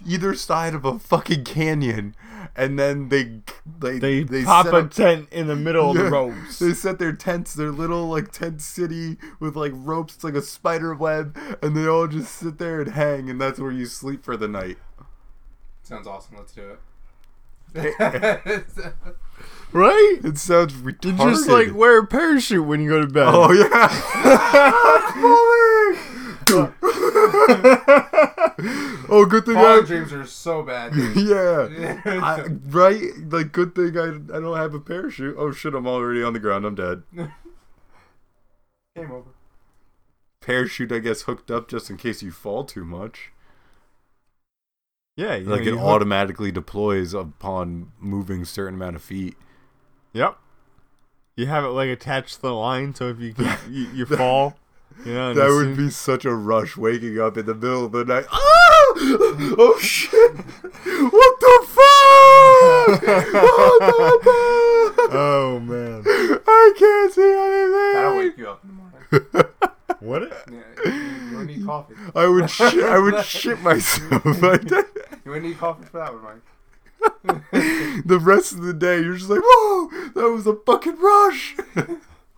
Speaker 2: either side of a fucking canyon, and then they they
Speaker 3: They,
Speaker 2: set
Speaker 3: pop a
Speaker 2: up-
Speaker 3: tent in the middle of
Speaker 2: Yeah.
Speaker 3: the ropes.
Speaker 2: They set their tents, their little like tent city with like ropes it's like a spider web, and they all just sit there and hang, and that's where you sleep for the night.
Speaker 1: Sounds awesome. Let's (laughs)
Speaker 2: (laughs)
Speaker 1: do it.
Speaker 3: Right?
Speaker 2: It sounds retarded.
Speaker 3: You just like wear a parachute when you go to
Speaker 2: (laughs)
Speaker 3: bed.
Speaker 2: oh
Speaker 3: (laughs)
Speaker 2: yeah. oh, good thing
Speaker 1: Falling
Speaker 2: I.
Speaker 1: dreams are so bad.
Speaker 2: (laughs)
Speaker 1: dude. (laughs)
Speaker 2: Yeah. I, right? Like, good thing I, I don't have a parachute. Oh shit, I'm already on the ground. I'm dead.
Speaker 1: Game over.
Speaker 2: Parachute, I guess, hooked up just in case you fall too much.
Speaker 3: Yeah, you
Speaker 2: Like,
Speaker 3: know,
Speaker 2: it
Speaker 3: you-
Speaker 2: automatically deploys upon moving certain amount of feet.
Speaker 3: Yep. You have it like attached to the line, so if you
Speaker 2: (laughs)
Speaker 3: you, you fall, you know. and
Speaker 2: That
Speaker 3: as
Speaker 2: would
Speaker 3: soon-
Speaker 2: be such a rush waking up in the middle of the night. Oh, oh shit! What the fuck? (laughs) What the fuck?
Speaker 3: Oh man.
Speaker 2: I can't see anything.
Speaker 1: That'll wake you up in the morning.
Speaker 2: (laughs)
Speaker 3: What? it-
Speaker 1: Yeah, you wouldn't need coffee.
Speaker 2: I (laughs) would shit. I would shit (laughs) myself. I did-
Speaker 1: You wouldn't need coffee for that one, Mike.
Speaker 2: the rest of the day, you're just like, whoa, that was a fucking rush.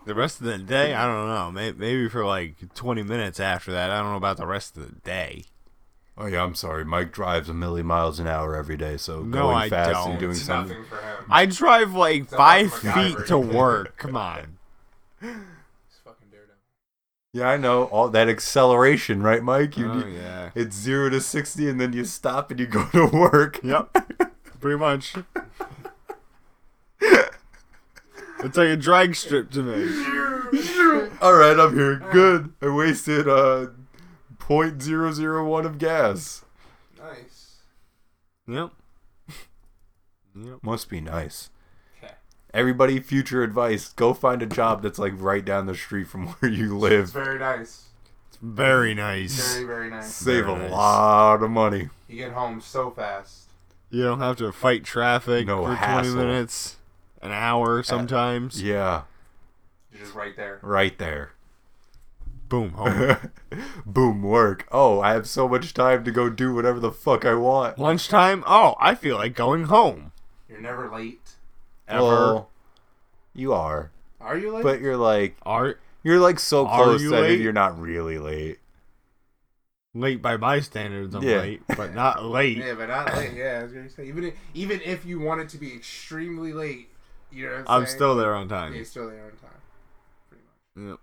Speaker 3: The rest of the day, I don't know. Maybe, maybe for like 20 minutes after that. I don't know about the rest of the day.
Speaker 2: Oh yeah, I'm sorry. Mike drives a million miles an hour every day, so
Speaker 3: No,
Speaker 2: going
Speaker 3: I
Speaker 2: fast
Speaker 3: don't.
Speaker 2: and doing
Speaker 1: It's
Speaker 2: something.
Speaker 1: nothing for him.
Speaker 3: I drive like
Speaker 1: Sounds
Speaker 3: five
Speaker 1: like MacGyver.
Speaker 3: feet to work. Come on.
Speaker 1: He's fucking daredevil.
Speaker 2: Yeah, I know all that acceleration, right, Mike? You need,
Speaker 3: Oh, yeah.
Speaker 2: it's zero to sixty, and then you stop and you go to work.
Speaker 3: Yep. Pretty much. It's like a drag strip to me.
Speaker 2: (laughs) all right, I'm here. Good. I wasted uh, point zero zero one of gas.
Speaker 1: Nice.
Speaker 3: Yep. Yep.
Speaker 2: Must be nice.
Speaker 1: Okay.
Speaker 2: Everybody, future advice: go find a job that's like right down the street from (laughs) where you
Speaker 1: It's
Speaker 2: live.
Speaker 1: very nice.
Speaker 3: Very nice.
Speaker 1: Very, very
Speaker 2: (laughs)
Speaker 1: nice.
Speaker 2: Save
Speaker 3: Very
Speaker 2: a
Speaker 3: nice.
Speaker 2: lot of money.
Speaker 1: You get home so fast.
Speaker 3: You don't have to fight traffic
Speaker 2: No
Speaker 3: for
Speaker 2: hassle. Uh,
Speaker 3: 20 minutes, an hour sometimes.
Speaker 2: Yeah,
Speaker 1: You're just right there.
Speaker 2: right there. (laughs)
Speaker 3: Boom, home.
Speaker 2: Boom, work. Oh, I have so much time to go do whatever the fuck I want.
Speaker 3: (laughs) Lunchtime? Oh, I feel like going home.
Speaker 1: You're never late.
Speaker 3: Ever.
Speaker 2: Well, you are,
Speaker 1: Are you late?
Speaker 2: but you're like
Speaker 3: Art
Speaker 2: you're like so
Speaker 3: Are
Speaker 2: close
Speaker 3: you
Speaker 2: that
Speaker 3: late?
Speaker 2: you're not really late.
Speaker 3: late by my standards, I'm
Speaker 2: Yeah.
Speaker 3: late, but not
Speaker 1: (laughs)
Speaker 3: late.
Speaker 1: yeah, but not late. Yeah, I was gonna say. Even if, even if you wanted to be extremely late, you know. What I'm,
Speaker 3: I'm
Speaker 1: saying?
Speaker 3: still there on
Speaker 1: Yeah,
Speaker 3: time.
Speaker 1: you're still there on time. Pretty much.
Speaker 3: Yep.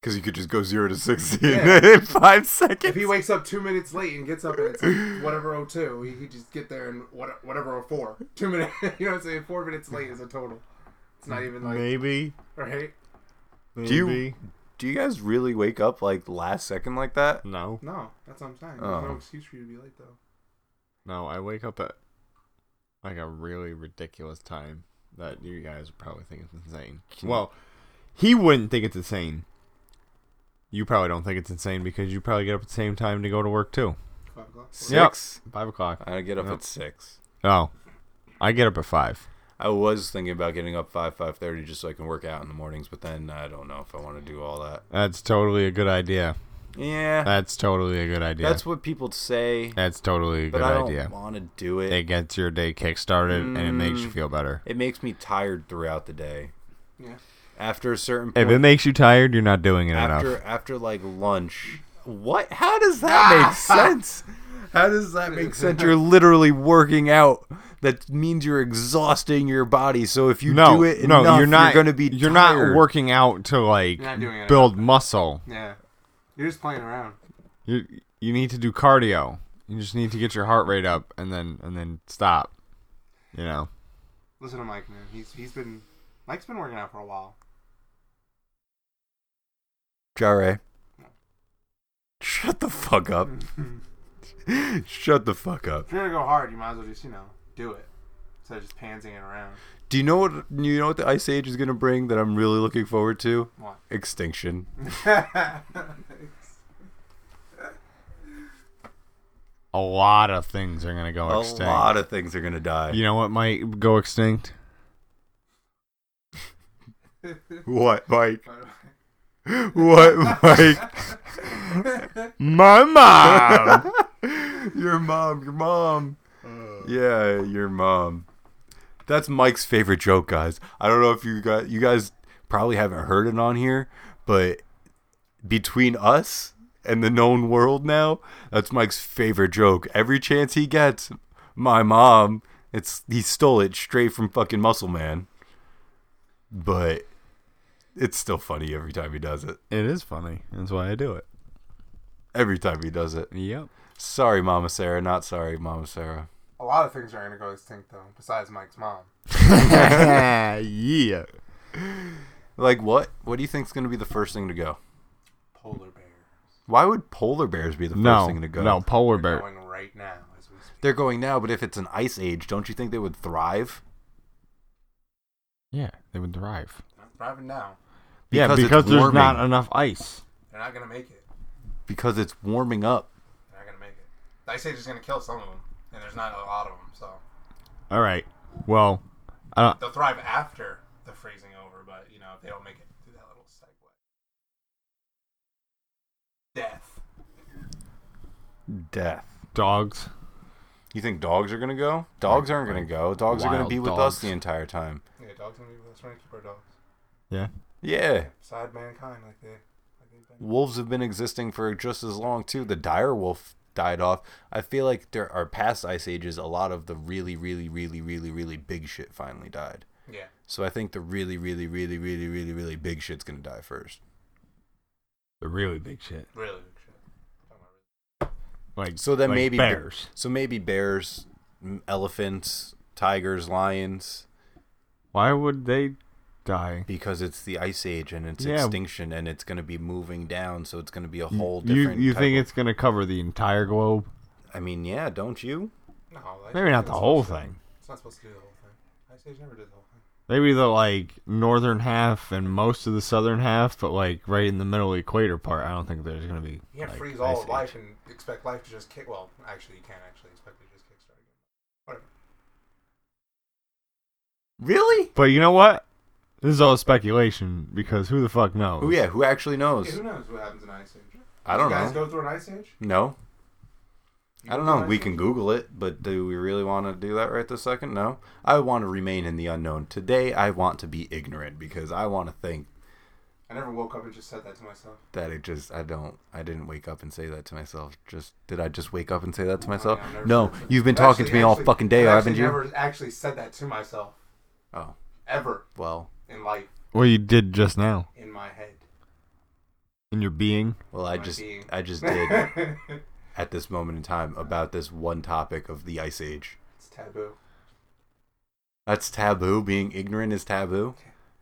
Speaker 2: Because you could just go zero to sixty
Speaker 1: Yeah.
Speaker 2: (laughs) in five seconds.
Speaker 1: If he wakes up two minutes late and gets up and it's
Speaker 2: (laughs)
Speaker 1: like whatever 02, he could just get there in what, whatever 04. Two minutes, (laughs) you know what I'm saying? Four minutes late is a total. It's not even like,
Speaker 3: Maybe.
Speaker 1: right?
Speaker 3: Maybe.
Speaker 2: Do you- Do you guys really wake up like last second like that?
Speaker 3: No.
Speaker 1: No, that's what I'm saying. There's
Speaker 2: Oh.
Speaker 1: no excuse for you to be late, though.
Speaker 3: No, I wake up at like a really ridiculous time that you guys would probably think it's insane. Well, he wouldn't think it's insane. You probably don't think it's insane because you probably get up at the same time to go to work too.
Speaker 1: Five o'clock. Four.
Speaker 3: Yep.
Speaker 2: Six.
Speaker 3: Five o'clock.
Speaker 2: I get up
Speaker 3: Yep.
Speaker 2: at six.
Speaker 3: Oh, I get up at five.
Speaker 2: I was thinking about getting up five five thirty just so I can work out in the mornings, but then I don't know if I want to do all that.
Speaker 3: That's totally a good idea.
Speaker 2: Yeah,
Speaker 3: That's totally a good idea.
Speaker 2: that's what people say,
Speaker 3: That's totally a
Speaker 2: but
Speaker 3: good
Speaker 2: I
Speaker 3: idea.
Speaker 2: don't want Mm. to do it.
Speaker 3: It gets your day kickstarted and it makes you feel better.
Speaker 2: It makes me tired throughout the day.
Speaker 1: Yeah.
Speaker 2: After a certain
Speaker 3: If
Speaker 2: point,
Speaker 3: it makes you tired, you're not doing it
Speaker 2: after
Speaker 3: enough.
Speaker 2: after like lunch, what? How does
Speaker 1: (laughs)
Speaker 2: that (laughs) make sense? How does that make sense? You're literally working out. That means you're exhausting your body. So if you
Speaker 3: no,
Speaker 2: do it,
Speaker 3: no,
Speaker 2: enough,
Speaker 3: you're not.
Speaker 2: going to be.
Speaker 3: You're
Speaker 2: tired.
Speaker 3: not working out to like
Speaker 1: You're not doing it
Speaker 3: build muscle.
Speaker 1: Yeah. You're just playing around.
Speaker 3: You you need to do cardio. You just need to get your heart rate up and then and then stop. You know.
Speaker 1: Listen to Mike, man. He's He's been, Mike's been working out for a while.
Speaker 2: Jare. Shut the fuck up.
Speaker 1: Mm-hmm.
Speaker 2: Shut the fuck up.
Speaker 1: If you're going to go hard, you might as well just, you know, do it. Instead of just pansing it around.
Speaker 2: Do you know what you know what the ice age is going to bring that I'm really looking forward to?
Speaker 1: What?
Speaker 2: Extinction.
Speaker 3: A lot of things are gonna go
Speaker 2: A
Speaker 3: extinct.
Speaker 2: lot of things are going to die.
Speaker 3: you know what might go extinct?
Speaker 2: What, Mike? (laughs) What, Mike?
Speaker 3: My mom.
Speaker 2: your mom, your mom. Yeah, your mom. That's Mike's favorite joke, guys. I don't know if you got you guys probably haven't heard it on here, but between us and the known world now, that's Mike's favorite joke. Every chance he gets, my mom. It's he stole it straight from fucking Muscle Man. But it's still funny every time he does it.
Speaker 3: (laughs) it is funny. That's why I do it.
Speaker 2: Every time he does it. (laughs)
Speaker 3: Yep.
Speaker 2: Sorry, Mama Sarah. Not sorry, Mama Sarah.
Speaker 1: (laughs) A lot of things are gonna go extinct though, besides Mike's mom.
Speaker 3: yeah.
Speaker 2: Like what? What do you think's going to be the first thing to go?
Speaker 1: Polar bears.
Speaker 2: Why would polar bears be the first
Speaker 3: No.
Speaker 2: thing to go?
Speaker 3: No polar
Speaker 1: They're
Speaker 3: bear.
Speaker 1: going right now as we speak.
Speaker 2: They're going now, but if it's an ice age, don't you think they would thrive?
Speaker 3: Yeah, they would thrive.
Speaker 1: They're not thriving now.
Speaker 3: yeah,
Speaker 2: Because it's
Speaker 3: because there's
Speaker 2: warming.
Speaker 3: not enough ice.
Speaker 1: They're not gonna make it.
Speaker 2: Because it's warming up.
Speaker 1: They're not gonna make it. The Ice Age is gonna kill some of them, and there's not a lot of them, so
Speaker 3: All right. Well, uh, I don't.
Speaker 1: they'll thrive after the freezing over. But you know, if they don't make it through that little segue, death.
Speaker 2: Death.
Speaker 3: Dogs.
Speaker 2: You think dogs are going to go? Dogs aren't going to go. Dogs are going
Speaker 3: wild
Speaker 2: to be with
Speaker 3: dogs.
Speaker 2: us the entire time.
Speaker 1: Yeah, dogs gonna be with us. We're gonna keep our dogs
Speaker 3: Yeah.
Speaker 2: Yeah.
Speaker 1: beside mankind, like they, like they've been.
Speaker 2: Wolves have been existing for just as long, too. The dire wolf died off. I feel like there are past ice ages, a lot of the really, really, really, really, really big shit finally died.
Speaker 1: Yeah,
Speaker 2: So I think the really, really, really, really, really, really big shit's going to die first.
Speaker 3: The really big shit.
Speaker 1: really. good shit. Talking about
Speaker 3: Like
Speaker 2: So then
Speaker 3: like
Speaker 2: maybe
Speaker 3: bears.
Speaker 2: So maybe bears, m- elephants, tigers, lions,
Speaker 3: Why would they die?
Speaker 2: because it's the ice age and it's
Speaker 3: Yeah.
Speaker 2: extinction and it's going to be moving down, so it's going to be a whole
Speaker 3: You
Speaker 2: different.
Speaker 3: you
Speaker 2: type
Speaker 3: think
Speaker 2: of-
Speaker 3: it's gonna cover the entire globe?
Speaker 2: I mean, yeah, don't you?
Speaker 1: No, Ice
Speaker 3: Maybe
Speaker 1: Age
Speaker 3: not the
Speaker 1: isn't
Speaker 3: whole
Speaker 1: supposed to-
Speaker 3: thing.
Speaker 1: It's not supposed to do the whole thing. Ice Age never did the whole thing.
Speaker 3: Maybe the like northern half and most of the southern half, but like right in the middle equator part, I don't think there's gonna be.
Speaker 1: You can't
Speaker 3: like,
Speaker 1: freeze all
Speaker 3: ice
Speaker 1: of life
Speaker 3: age.
Speaker 1: and expect life to just kick. Well, actually, you can't actually expect it to just kickstart again. Whatever.
Speaker 2: Really?
Speaker 3: But you know what? This is all speculation because who the fuck knows?
Speaker 2: Oh yeah, who actually
Speaker 1: Yeah,
Speaker 2: knows?
Speaker 1: who knows what happens in Ice Age?
Speaker 2: I don't
Speaker 1: you guys
Speaker 2: know.
Speaker 1: go through an Ice Age?
Speaker 2: No,
Speaker 1: You
Speaker 2: I
Speaker 1: go
Speaker 2: don't know.
Speaker 1: through an
Speaker 2: We
Speaker 1: Ice
Speaker 2: can
Speaker 1: Age?
Speaker 2: Google it, but do we really want to do that right this second? No. I want to remain in the unknown. Today, I want to be ignorant because I want to think
Speaker 1: I never woke up and just said that to myself.
Speaker 2: that it just I don't I didn't wake up and say that to myself. Just did I just wake up and say that to myself?
Speaker 1: Oh, yeah, I've never
Speaker 2: no,
Speaker 1: said that.
Speaker 2: you've been
Speaker 1: I've
Speaker 2: talking to
Speaker 1: actually-
Speaker 2: me all
Speaker 1: actually-
Speaker 2: fucking day,
Speaker 1: I've
Speaker 2: haven't
Speaker 1: actually
Speaker 2: you?
Speaker 1: never actually said that to myself
Speaker 2: Oh,
Speaker 1: ever
Speaker 2: well,
Speaker 1: in life
Speaker 3: Well, you did just now
Speaker 1: in my head.
Speaker 3: in your being.
Speaker 2: well I
Speaker 1: My
Speaker 2: just
Speaker 1: being.
Speaker 2: I just did at this moment in time about this one topic of the ice age.
Speaker 1: (laughs) it's taboo.
Speaker 2: That's taboo. Being ignorant is taboo.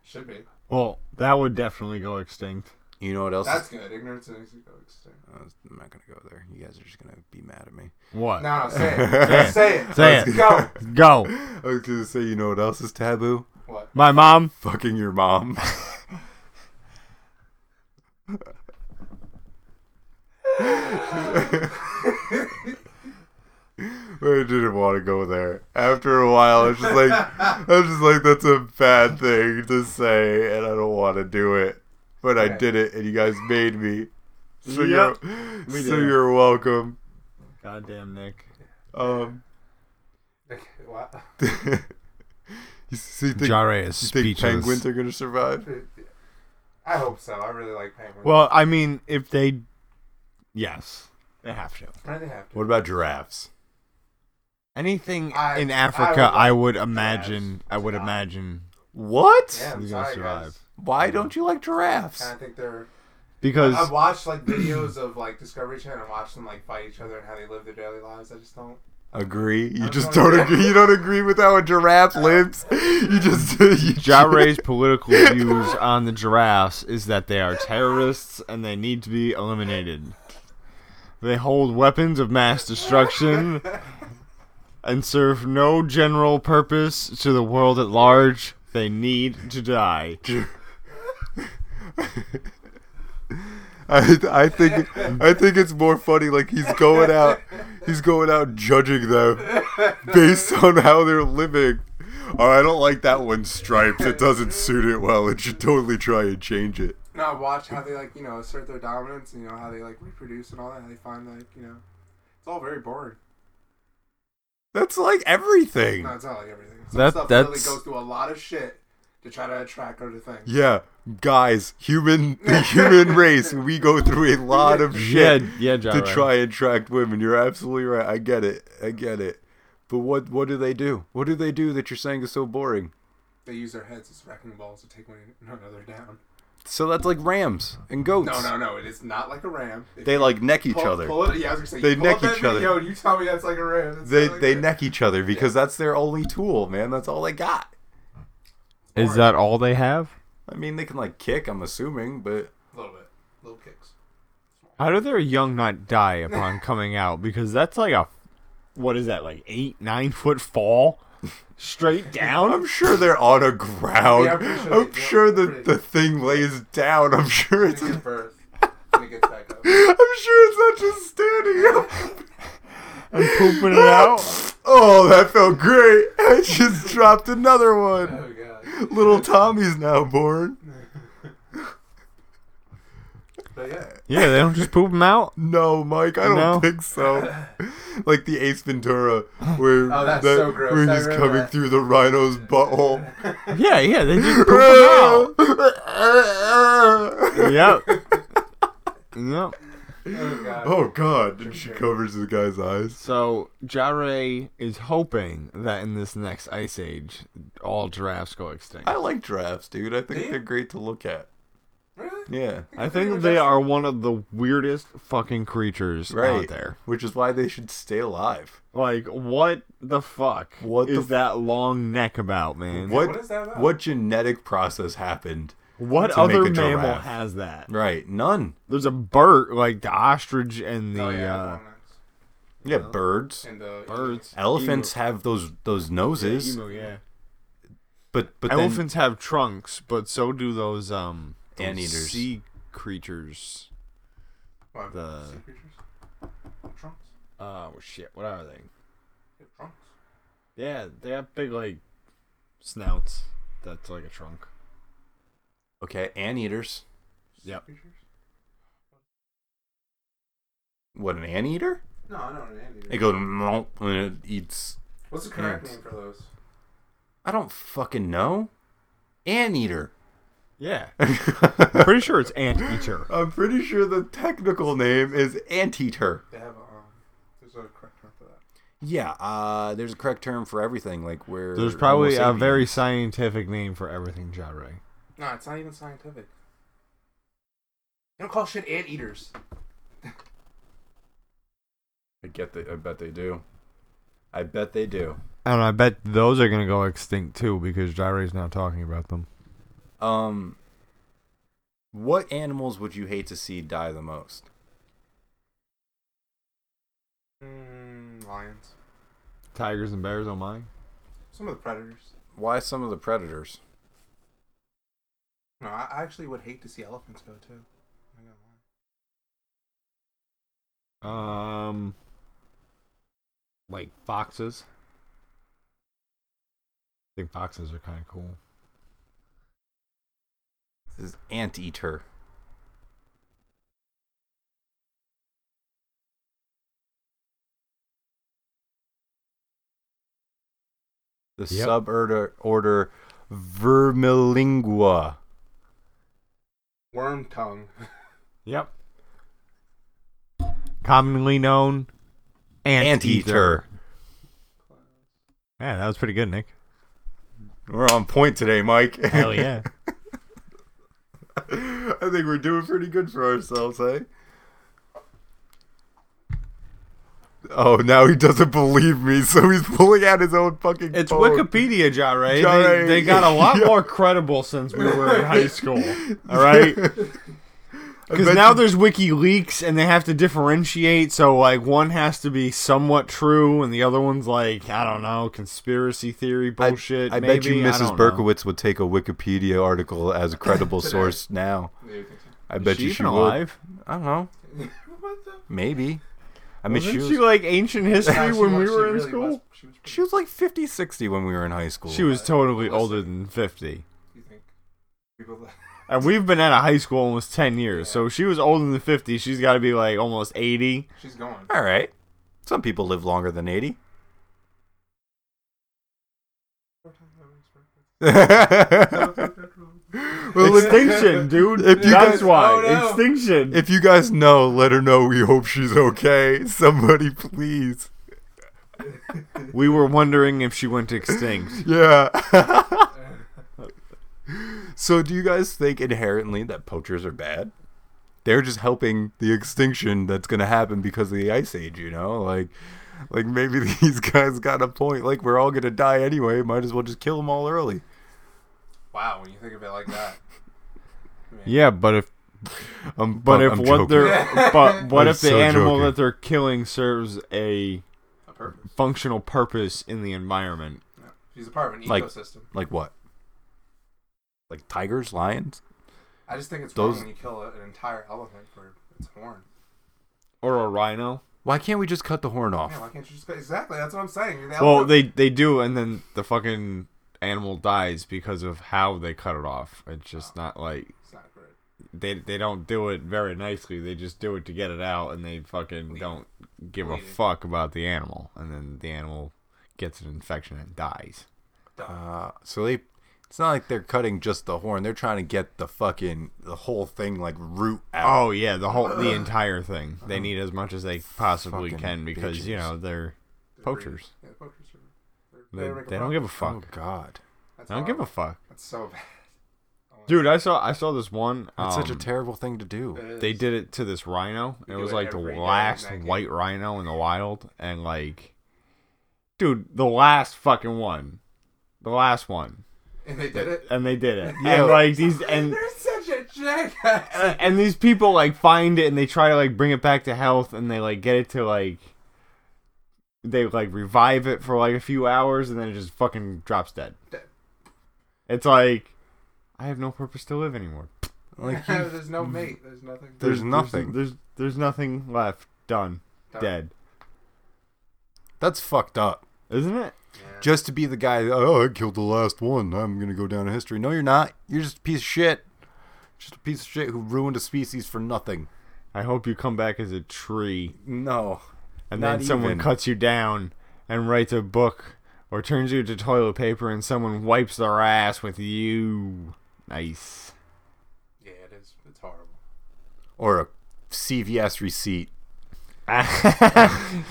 Speaker 1: Should be.
Speaker 3: Well, that would definitely go extinct.
Speaker 2: You know what else?
Speaker 1: That's good. Ignorance is go extinct.
Speaker 2: Uh, I'm not gonna go there. You guys are just gonna be mad at me.
Speaker 3: What?
Speaker 1: No, no,
Speaker 3: (laughs)
Speaker 1: say it. Just say it.
Speaker 3: Say
Speaker 1: Let's
Speaker 3: it.
Speaker 1: go.
Speaker 3: (laughs) Go.
Speaker 2: (laughs) I was gonna say, you know what else is taboo?
Speaker 1: What? (laughs)
Speaker 3: My mom.
Speaker 2: Fucking your mom. (laughs) I didn't want to go there. After a while, it's just like I was just like that's a bad thing to say, and I don't want to do it. But I
Speaker 1: Okay.
Speaker 2: did it, and you guys made me. So
Speaker 3: Yep,
Speaker 2: you're
Speaker 3: we
Speaker 2: so
Speaker 3: did.
Speaker 2: you're welcome.
Speaker 3: Goddamn Nick.
Speaker 2: Um, (laughs)
Speaker 1: what? (laughs)
Speaker 2: you see, think,
Speaker 3: Jare is
Speaker 2: you think
Speaker 3: speechless.
Speaker 2: penguins are gonna survive?
Speaker 1: I hope so. I really like penguins.
Speaker 3: well, I mean, if they, yes, they have to.
Speaker 1: Why do they have to?
Speaker 2: What about giraffes?
Speaker 3: Anything
Speaker 1: I-
Speaker 3: in
Speaker 1: I
Speaker 3: Africa,
Speaker 1: would like
Speaker 3: I would,
Speaker 1: to
Speaker 3: imagine.
Speaker 1: ask
Speaker 3: I would
Speaker 1: to die.
Speaker 3: imagine
Speaker 2: What?
Speaker 3: (laughs)
Speaker 1: Yeah, I'm
Speaker 3: Who's gonna
Speaker 1: sorry, guys.
Speaker 3: survive?
Speaker 2: Why don't you like giraffes?
Speaker 1: And I think they're.
Speaker 3: because
Speaker 1: I've watched like videos of like Discovery Channel and watched them like fight each other and how they live their daily lives. I just don't.
Speaker 2: Agree. You
Speaker 1: I'm
Speaker 2: just
Speaker 1: sorry.
Speaker 2: don't agree. You don't agree with how a giraffe lives. You just (laughs) you
Speaker 3: Ja Ray's political views on the giraffes is that they are terrorists and they need to be eliminated. They hold weapons of mass destruction and serve no general purpose to the world at large, they need to die.
Speaker 2: (laughs) I, I think I think it's more funny. Like he's going out, he's going out judging them based on how they're living. Oh, I don't like that one stripes. It doesn't suit it well. It should totally try and change it.
Speaker 1: Now watch how they like you know assert their dominance and you know how they like reproduce and all that. How they find like you know, it's all very boring.
Speaker 2: That's like everything.
Speaker 1: No, it's not like everything. Some
Speaker 3: That-
Speaker 1: stuff really
Speaker 3: that's-
Speaker 1: goes through a lot of shit to try to attract other things.
Speaker 2: Yeah, guys, human the human race, we go through a lot of shit
Speaker 3: yeah,
Speaker 2: to try and attract women. You're absolutely right. I get it. I get it. But what what do they do? What do they do that you're saying is so boring?
Speaker 1: They use their heads as wrecking balls to take one another down.
Speaker 2: So that's like rams and goats.
Speaker 1: No, no, no. It is not like a ram. If
Speaker 2: They
Speaker 1: you
Speaker 2: like neck each
Speaker 1: pull-
Speaker 2: other.
Speaker 1: pull it- yeah, I was gonna say,
Speaker 2: They
Speaker 1: you pull up
Speaker 2: neck
Speaker 1: that
Speaker 2: each other.
Speaker 1: video and you tell me that's like a ram. That's
Speaker 2: They
Speaker 1: not like
Speaker 2: they
Speaker 1: a-
Speaker 2: neck each other because that's their only tool, man. That's all they got.
Speaker 3: Is that all they have?
Speaker 2: I mean, they can like kick, I'm assuming, but
Speaker 1: A little bit. Little
Speaker 2: (laughs)
Speaker 1: kicks.
Speaker 3: How do their young not die (laughs) upon coming out? Because that's like a, what is that, like eight, nine foot fall (laughs) straight down?
Speaker 2: I'm sure they're on a ground.
Speaker 1: Yeah, I'm pretty sure
Speaker 2: I'm
Speaker 1: they- yeah,
Speaker 2: sure that
Speaker 1: pretty-
Speaker 2: the thing lays down. I'm sure it's
Speaker 1: They
Speaker 2: I'm (laughs)
Speaker 1: get first. and it gets back up.
Speaker 2: sure it's not just standing up.
Speaker 3: and pooping it out?
Speaker 2: Oh, that felt great. (laughs) I just dropped another one.
Speaker 1: Oh god.
Speaker 2: Little Tommy's now born.
Speaker 1: But yeah.
Speaker 3: (laughs) Yeah, they don't just poop them out?
Speaker 2: No, Mike, I don't
Speaker 3: No?
Speaker 1: (laughs)
Speaker 2: think so. Like the Ace Ventura, where
Speaker 1: Oh, that's
Speaker 2: that-
Speaker 1: so gross.
Speaker 2: we're
Speaker 1: I
Speaker 2: just
Speaker 1: remember
Speaker 2: coming
Speaker 1: that.
Speaker 2: through the rhino's
Speaker 1: (laughs)
Speaker 2: butthole.
Speaker 3: Yeah, yeah, they just poop 'em out. (laughs) Yep. Yep.
Speaker 1: Oh
Speaker 2: (laughs)
Speaker 1: god.
Speaker 2: oh God! And she covers the guy's eyes.
Speaker 3: So Jare is hoping that in this next ice age, all giraffes go extinct.
Speaker 2: I like giraffes, dude. I
Speaker 1: Do
Speaker 2: think
Speaker 1: you?
Speaker 2: they're great to look at.
Speaker 1: Really?
Speaker 2: Yeah,
Speaker 3: I think they are one of the weirdest fucking creatures out
Speaker 2: right
Speaker 3: there.
Speaker 2: Which is why they should stay alive.
Speaker 3: Like, what the fuck
Speaker 2: What
Speaker 3: is
Speaker 2: the f-
Speaker 3: that long neck about, man?
Speaker 2: What?
Speaker 1: what is that about?
Speaker 2: What genetic process happened?
Speaker 3: What
Speaker 2: to make
Speaker 3: other
Speaker 2: a
Speaker 3: mammal
Speaker 2: giraffe?
Speaker 3: has that?
Speaker 2: Right, none.
Speaker 3: There's a bird, like the ostrich and the
Speaker 1: Oh, yeah,
Speaker 3: uh,
Speaker 1: walnuts.
Speaker 2: Yeah, uh, birds.
Speaker 1: And the
Speaker 3: birds.
Speaker 2: Elephants have those those noses,
Speaker 3: Emu, yeah.
Speaker 2: but but then-
Speaker 3: Elephants have trunks, but so do those um those
Speaker 2: Anteaters.
Speaker 3: sea creatures.
Speaker 1: What?
Speaker 3: The-
Speaker 1: sea creatures. Trunks.
Speaker 3: Oh shit! What are they?
Speaker 1: They have trunks.
Speaker 3: Yeah, they have big like snouts. That's like a trunk.
Speaker 2: okay, anteaters.
Speaker 3: Yep.
Speaker 1: Creatures.
Speaker 2: What an anteater?
Speaker 1: No, I don't know. Andy.
Speaker 2: It goes "Mwah," and it eats.
Speaker 1: What's the correct
Speaker 2: Ants.
Speaker 1: name for those?
Speaker 2: I don't fucking know. Anteater.
Speaker 3: Yeah. Pretty sure it's anteater.
Speaker 2: (laughs) I'm pretty sure the technical name is anteater.
Speaker 1: They have a, um. There's a correct term for that.
Speaker 2: Yeah, uh, there's a correct term for everything. Like where
Speaker 3: There's probably
Speaker 2: Homo
Speaker 3: a very
Speaker 2: sapiens-
Speaker 3: scientific name for everything gyre.
Speaker 1: No, it's not even scientific. They don't call shit anteaters.
Speaker 2: I get the. I bet they do. I bet they do.
Speaker 3: And I bet those are gonna go extinct too because gyre's now talking about them.
Speaker 2: Um, what animals would you hate to see die the most?
Speaker 1: Mm, lions.
Speaker 3: Tigers and bears, oh my.
Speaker 1: Some of the predators.
Speaker 2: Why some of the predators?
Speaker 1: No, I I actually would hate to see elephants go too. I'm not gonna lie.
Speaker 3: Um, like foxes. I think foxes are kind of cool.
Speaker 2: This is anteater. The
Speaker 3: Yep.
Speaker 2: suborder order Vermilingua.
Speaker 1: Worm tongue.
Speaker 3: Yep. Commonly known anteater.
Speaker 2: Anteater.
Speaker 3: Yeah, that was pretty good, Nick.
Speaker 2: We're on point today, Mike.
Speaker 3: (laughs) Hell yeah.
Speaker 2: (laughs) I think we're doing pretty good for ourselves, eh? Oh, now he doesn't believe me, so he's pulling out his own fucking.
Speaker 3: It's
Speaker 2: phone.
Speaker 3: Wikipedia, Jare.
Speaker 2: Jare. (laughs)
Speaker 3: They, they got a lot
Speaker 2: Oh, Yeah. (laughs)
Speaker 3: more credible since we were in high school. All right. Because now there's WikiLeaks and they have to differentiate, so like one has to be somewhat true and the other one's like I don't know conspiracy theory
Speaker 2: I-
Speaker 3: bullshit.
Speaker 2: I,
Speaker 3: maybe.
Speaker 2: bet you
Speaker 3: I
Speaker 2: Mrs.
Speaker 3: don't know.
Speaker 2: Berkowitz would take a Wikipedia article as a (laughs) credible
Speaker 1: Today.
Speaker 2: source now.
Speaker 1: (laughs) Yeah, you think so.
Speaker 2: I
Speaker 3: Is
Speaker 2: bet
Speaker 3: she
Speaker 2: you
Speaker 3: even
Speaker 2: she would.
Speaker 3: alive?
Speaker 2: I don't know.
Speaker 1: (laughs) what the?
Speaker 2: Maybe. I mean,
Speaker 3: Wasn't
Speaker 2: she was,
Speaker 3: she like ancient history
Speaker 1: Nah, she
Speaker 3: when
Speaker 1: was-
Speaker 3: we
Speaker 1: she
Speaker 3: were in
Speaker 1: really
Speaker 3: school?
Speaker 1: was- she was.
Speaker 2: she was like 50, 60 when we were in high school.
Speaker 3: She was totally
Speaker 1: Listen.
Speaker 3: older than fifty,
Speaker 1: You think people that (laughs)
Speaker 3: and we've been out of high school almost ten years.
Speaker 1: Yeah.
Speaker 3: So if she was older than fifty. She's got to be like almost eighty.
Speaker 1: she's going?
Speaker 2: All right. Some people live longer than (laughs) 80.
Speaker 3: (laughs)
Speaker 1: Well,
Speaker 3: Extinction, dude.
Speaker 2: If you
Speaker 3: That's
Speaker 2: guys-
Speaker 3: why
Speaker 1: Oh, no.
Speaker 2: (laughs)
Speaker 3: extinction.
Speaker 2: if you guys know, let her know we hope she's okay. Somebody, please.
Speaker 3: we were wondering if she went extinct.
Speaker 2: Yeah. (laughs) so, do you guys think inherently that poachers are bad? They're just helping the extinction that's going to happen because of the ice age, you know? Like like maybe (laughs) these guys got a point. Like we're all going to die anyway, might as well just kill them all early.
Speaker 1: Wow, when you think of it like (laughs) that. Man.
Speaker 3: Yeah, but if
Speaker 2: Um,
Speaker 3: But
Speaker 2: I'm- I'm
Speaker 3: if what
Speaker 2: joking.
Speaker 3: they're but what
Speaker 2: I'm
Speaker 3: if the
Speaker 2: so
Speaker 3: animal
Speaker 2: joking.
Speaker 3: that they're killing serves a
Speaker 1: A purpose.
Speaker 3: functional purpose in the environment?
Speaker 1: Yeah. She's a part of an
Speaker 2: Like-
Speaker 1: ecosystem.
Speaker 2: Like what? Like tigers, lions?
Speaker 1: I just think it's
Speaker 2: those-
Speaker 1: wrong when you kill a, an entire elephant for its horn.
Speaker 3: Or a rhino?
Speaker 2: Why can't we just cut the horn
Speaker 1: Man,
Speaker 2: off?
Speaker 1: why can't you just exactly? That's what I'm saying. The
Speaker 3: Well,
Speaker 1: elephant-
Speaker 3: they they do, and then the fucking animal dies because of how they cut it off. It's just not like
Speaker 1: It's not great.
Speaker 3: they they don't do it very nicely. They just do it to get it out, and they fucking don't give a
Speaker 1: Bleed it.
Speaker 3: fuck about the animal. And then the animal gets an infection and dies.
Speaker 2: Uh, so they. It's not like they're cutting just the horn. They're trying to get the fucking the whole thing like root out.
Speaker 3: Oh yeah, the whole the entire thing. They need as much as they possibly
Speaker 2: Fucking
Speaker 3: can because you
Speaker 2: bitches.
Speaker 3: know they're poachers.
Speaker 1: Yeah, poachers. are- they're-
Speaker 3: They,
Speaker 1: make a
Speaker 3: they don't give a fuck.
Speaker 2: God,
Speaker 1: That's
Speaker 3: They don't
Speaker 1: how-
Speaker 3: give a fuck,
Speaker 1: That's so bad.
Speaker 3: dude. I saw I saw this one.
Speaker 2: that's such a
Speaker 3: um,
Speaker 2: terrible thing to
Speaker 1: uh,
Speaker 2: do.
Speaker 3: they did it to this rhino.
Speaker 1: We
Speaker 3: It
Speaker 1: do
Speaker 3: was
Speaker 1: it
Speaker 3: like the
Speaker 1: every day
Speaker 3: last
Speaker 1: in that game.
Speaker 3: white rhino in the wild, and like, dude, the last fucking one, the last one,
Speaker 1: And they did it.
Speaker 3: and they did it.
Speaker 2: Yeah.
Speaker 3: and
Speaker 1: (laughs)
Speaker 3: like (laughs) these and.
Speaker 1: They're such a jackass.
Speaker 3: (laughs) and these people like find it and they try to like bring it back to health and they like get it to like they like revive it for like a few hours and then it just fucking drops dead. It's like I have no purpose to live anymore.
Speaker 1: (laughs)
Speaker 2: Like you,
Speaker 1: There's no mate. There's nothing.
Speaker 2: There's nothing.
Speaker 3: There's there's, nothing left. Done.
Speaker 1: Done.
Speaker 3: Dead.
Speaker 2: that's fucked up.
Speaker 3: Isn't it?
Speaker 1: Yeah.
Speaker 2: Just to be the guy. Oh, I killed the last one. I'm gonna go down in history. No, you're not. You're just a piece of shit. Just a piece of shit who ruined a species for nothing.
Speaker 3: I hope you come back as a tree
Speaker 2: No.
Speaker 3: and
Speaker 2: Not
Speaker 3: then someone
Speaker 2: even.
Speaker 3: cuts you down and writes a book or turns you into toilet paper and someone wipes their ass with you. Nice.
Speaker 1: yeah, it is. It's
Speaker 3: (laughs)
Speaker 1: horrible.
Speaker 2: Or a CVS receipt. (laughs)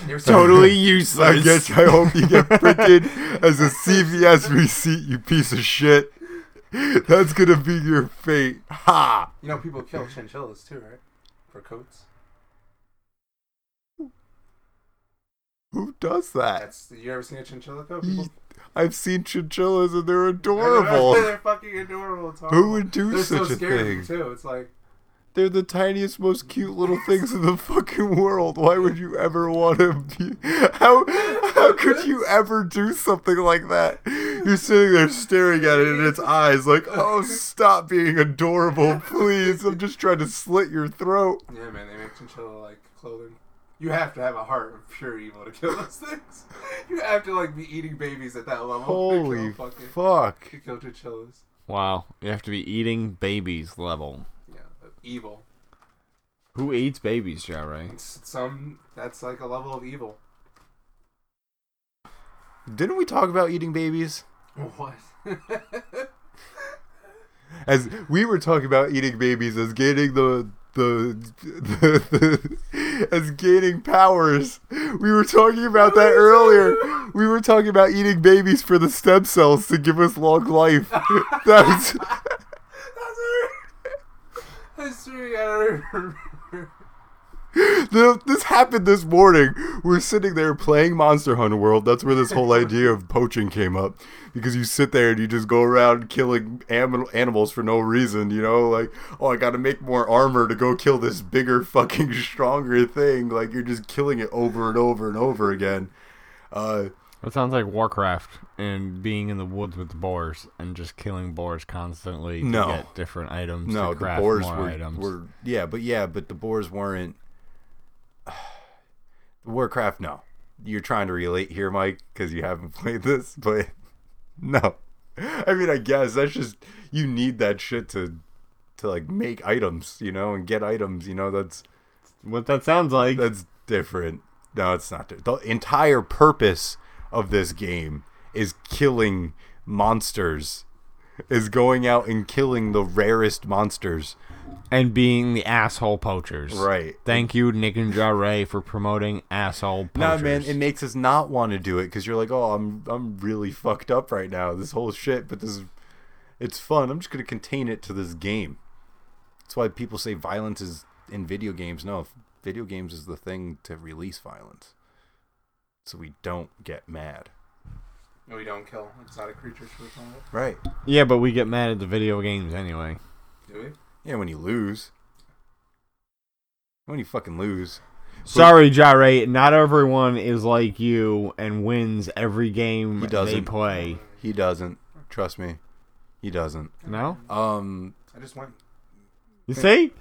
Speaker 1: You're
Speaker 3: totally useless.
Speaker 2: I guess I hope you get printed as a CVS receipt, you piece of shit. That's gonna be your fate. Ha!
Speaker 1: (laughs) You know, people kill chinchillas too, right? For coats.
Speaker 2: Who does that?
Speaker 1: That's you ever seen a chinchilla coat?
Speaker 2: Ye-
Speaker 1: People,
Speaker 2: I've seen chinchillas and they're
Speaker 1: (laughs)
Speaker 2: adorable.
Speaker 1: They're fucking adorable. It's horrible.
Speaker 2: Who would do
Speaker 1: They're so
Speaker 2: such a
Speaker 1: scary
Speaker 2: thing?
Speaker 1: too. It's like
Speaker 2: They're the tiniest, most cute little things in the fucking world. Why would you ever want to be? How how could you ever do something like that? You're sitting there staring at it in its eyes, like, oh, stop being adorable, please. I'm just trying to slit your throat.
Speaker 1: yeah, man. They make chinchilla like clothing. You have to have a heart of pure evil to kill those (laughs) things. You have to like be eating babies at that level. (laughs) to
Speaker 2: Holy
Speaker 1: kill fucking
Speaker 2: fuck!
Speaker 1: to kill chinchillas.
Speaker 3: Wow, you have to be eating babies level.
Speaker 1: Yeah, of evil.
Speaker 3: Who eats babies, Joe? Right?
Speaker 1: It's some that's like a level of evil.
Speaker 2: Didn't we talk about eating babies?
Speaker 1: (laughs) What?
Speaker 2: As we were talking about eating babies as gaining the the, the, the as gaining powers. We were talking about that earlier. We were talking about eating babies for the stem cells to give us long life. (laughs) that was
Speaker 1: (laughs) That's true. That's true. I don't remember.
Speaker 2: the, this happened this morning. We're sitting there playing Monster Hunter World. That's where this whole idea of poaching came up, because you sit there and you just go around killing am- animals for no reason. You know, like oh, I got to make more armor to go kill this bigger, (laughs) fucking, stronger thing. Like you're just killing it over and over and over again. Uh,
Speaker 3: It sounds like Warcraft and being in the woods with the boars and just killing boars constantly to
Speaker 2: No.
Speaker 3: get different items.
Speaker 2: no,
Speaker 3: to
Speaker 2: the
Speaker 3: craft
Speaker 2: boars
Speaker 3: more
Speaker 2: were,
Speaker 3: items.
Speaker 2: were yeah, but yeah, but the boars weren't. (sighs) Warcraft, no. You're trying to relate here, Mike, because you haven't (laughs) played this, but no. I mean, I guess that's just you need that shit to to like make items, you know, and get items, you know. That's
Speaker 3: what that sounds like.
Speaker 2: that's different. No, it's not. di- The entire purpose of this game is killing monsters, is going out and killing the rarest monsters.
Speaker 3: and being the asshole poachers.
Speaker 2: Right.
Speaker 3: Thank you, Nick and Jarre, for promoting asshole poachers.
Speaker 2: Nah, man, it makes us not want to do it because you're like, oh, I'm I'm really fucked up right now. This whole shit, but this is, it's fun. I'm just gonna contain it to this game. That's why people say violence is in video games. No, f- video games is the thing to release violence, so we don't get mad.
Speaker 1: (laughs) No, we don't kill exotic creatures for the planet.
Speaker 2: Right.
Speaker 3: yeah, but we get mad at the video games anyway.
Speaker 1: Do we?
Speaker 2: Yeah, when you lose. When you fucking lose.
Speaker 3: Sorry, Jarre, not everyone is like you and wins every game
Speaker 2: He
Speaker 3: they
Speaker 2: doesn't.
Speaker 3: play.
Speaker 2: He doesn't. Trust me. He doesn't.
Speaker 3: No?
Speaker 2: Um
Speaker 1: I just win.
Speaker 3: You see?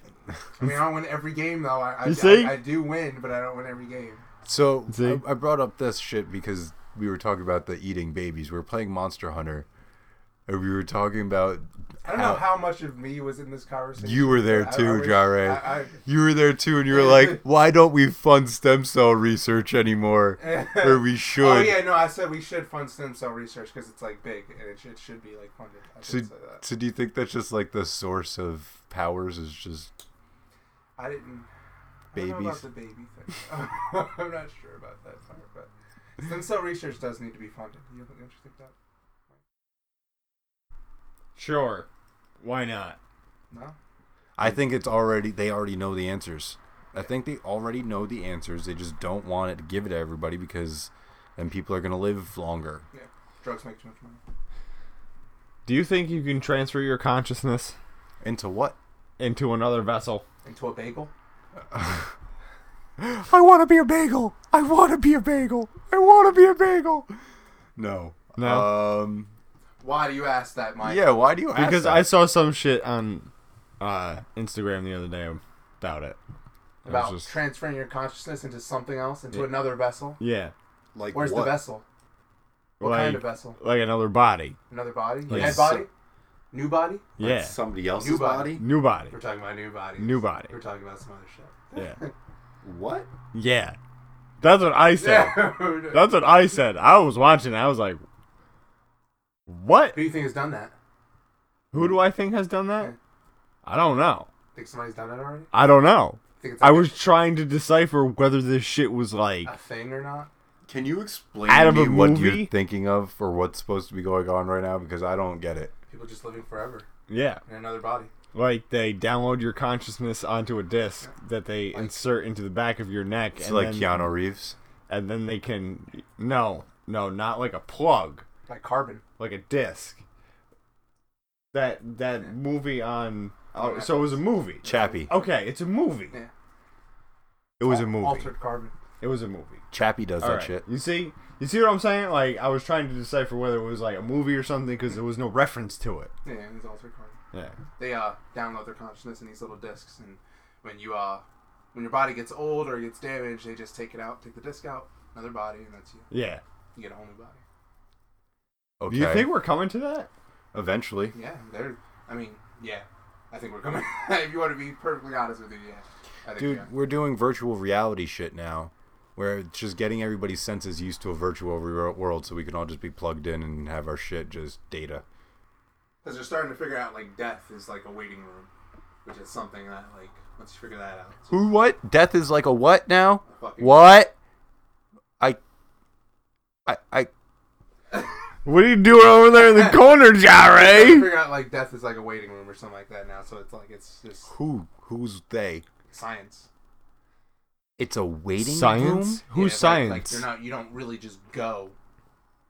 Speaker 1: I mean, I don't win every game though. I I,
Speaker 3: You see?
Speaker 1: I, I do win, but I don't win every game.
Speaker 2: So
Speaker 3: See?
Speaker 2: I, I brought up this shit because we were talking about the eating babies. We were playing Monster Hunter, and we were talking about
Speaker 1: I don't know how much of me was in this conversation.
Speaker 2: you were there
Speaker 1: I- I
Speaker 2: too,
Speaker 1: wish-
Speaker 2: Jare.
Speaker 1: I- I-
Speaker 2: you were there too, and you
Speaker 1: (laughs)
Speaker 2: were like, "Why don't we fund stem cell research anymore? (laughs) Or we should."
Speaker 1: Oh yeah, no, I said we should fund stem cell research because it's like big and it should, it should be like funded. I
Speaker 2: so,
Speaker 1: should say that.
Speaker 2: so do you think that's just like the source of powers is just
Speaker 1: I didn't. I don't know about
Speaker 2: babies?
Speaker 1: the baby thing. (laughs) I'm not sure about that part, but stem cell research does need to be funded. You don't, don't you think that?
Speaker 3: Sure. Why not?
Speaker 1: No.
Speaker 2: I think it's already they already know the answers. I think they already know the answers. They just don't want it to give it to everybody because then people are gonna live longer.
Speaker 1: Drugs make too much money.
Speaker 3: Do you think you can transfer your consciousness
Speaker 2: Into what?
Speaker 3: into another vessel?
Speaker 1: Into a bagel.
Speaker 2: I want to be a bagel. I want to be a bagel. I want to be a bagel. No.
Speaker 3: No?
Speaker 2: Um.
Speaker 1: Why do you ask that, Mike?
Speaker 2: Yeah. Why do you ask?
Speaker 3: Because
Speaker 2: that?
Speaker 3: I saw some shit on uh, Instagram the other day about it. I was
Speaker 1: About
Speaker 3: just-
Speaker 1: transferring your consciousness into something else, into another vessel.
Speaker 3: yeah,
Speaker 2: like
Speaker 1: Where's
Speaker 2: what?
Speaker 1: the vessel? What
Speaker 3: like
Speaker 1: kind of vessel?
Speaker 3: like another body.
Speaker 1: Another body?
Speaker 2: Like
Speaker 1: Dead
Speaker 2: so-
Speaker 1: body? New body?
Speaker 2: Like
Speaker 3: yeah,
Speaker 2: Somebody else's
Speaker 1: New
Speaker 2: body.
Speaker 1: body. (laughs)
Speaker 3: new body.
Speaker 1: We're talking about new body.
Speaker 3: New body.
Speaker 1: We're talking about some other shit.
Speaker 3: Yeah,
Speaker 2: What?
Speaker 3: yeah. That's what
Speaker 1: (laughs)
Speaker 3: I said. (laughs) That's what I said. I was watching. I was like, what?
Speaker 1: Who do you think has done that?
Speaker 3: Who do I think has done that? I don't know.
Speaker 1: Think somebody's done it already?
Speaker 3: I don't know.
Speaker 1: Think it's
Speaker 3: I
Speaker 1: like
Speaker 3: was trying to decipher whether this shit was like
Speaker 1: a thing or not?
Speaker 2: Can you explain
Speaker 3: Out of
Speaker 2: to
Speaker 3: a
Speaker 2: me what
Speaker 3: movie?
Speaker 2: you're thinking of or what's supposed to be going on right now? Because I don't get it.
Speaker 1: People just living forever
Speaker 3: yeah,
Speaker 1: in another body.
Speaker 3: like they download your consciousness onto a disc that they insert into the back of your neck.
Speaker 2: It's
Speaker 3: and
Speaker 2: like
Speaker 3: then-
Speaker 2: Keanu Reeves.
Speaker 3: and then they can no no not like a plug
Speaker 1: Like carbon.
Speaker 3: like a disc that that movie on oh so it was a movie
Speaker 2: Chappie.
Speaker 3: okay it's a movie
Speaker 1: Yeah.
Speaker 2: It was a movie.
Speaker 1: Altered carbon.
Speaker 3: it was a movie
Speaker 2: Chappie does that
Speaker 3: Alright.
Speaker 2: shit.
Speaker 3: you see you see what i'm saying like i was trying to decipher whether it was like a movie or something because there was no reference to it
Speaker 1: Yeah, it was altered carbon.
Speaker 3: yeah
Speaker 1: They uh, download their consciousness in these little discs, and when you uh, when your body gets old or gets damaged, they just take it out, take the disc out, another body, and that's you.
Speaker 3: yeah
Speaker 1: You get a whole new body.
Speaker 2: Okay.
Speaker 3: do you think we're coming to that
Speaker 2: Eventually.
Speaker 1: Yeah, they're. I mean, yeah. I think we're coming. (laughs) if you want to be perfectly honest with you, yeah. I think
Speaker 2: Dude,
Speaker 1: we are.
Speaker 2: we're doing virtual reality shit now, where it's just getting everybody's senses used to a virtual re- world, so we can all just be plugged in and have our shit just data.
Speaker 1: Because they're starting to figure out like death is like a waiting room, which is something that like once you figure that out, it's
Speaker 2: Who? What? Death is like a what now?
Speaker 1: fucking
Speaker 2: What? I. I. I.
Speaker 3: what are you doing over there in the corner Jare?
Speaker 1: figure out like death is like a waiting room or something like that now. So it's like it's just
Speaker 2: Who? Who's they?
Speaker 1: science.
Speaker 2: It's a waiting room.
Speaker 3: Science? Who's
Speaker 1: Yeah, like-
Speaker 3: science?
Speaker 1: Like, you're not. You don't really just go.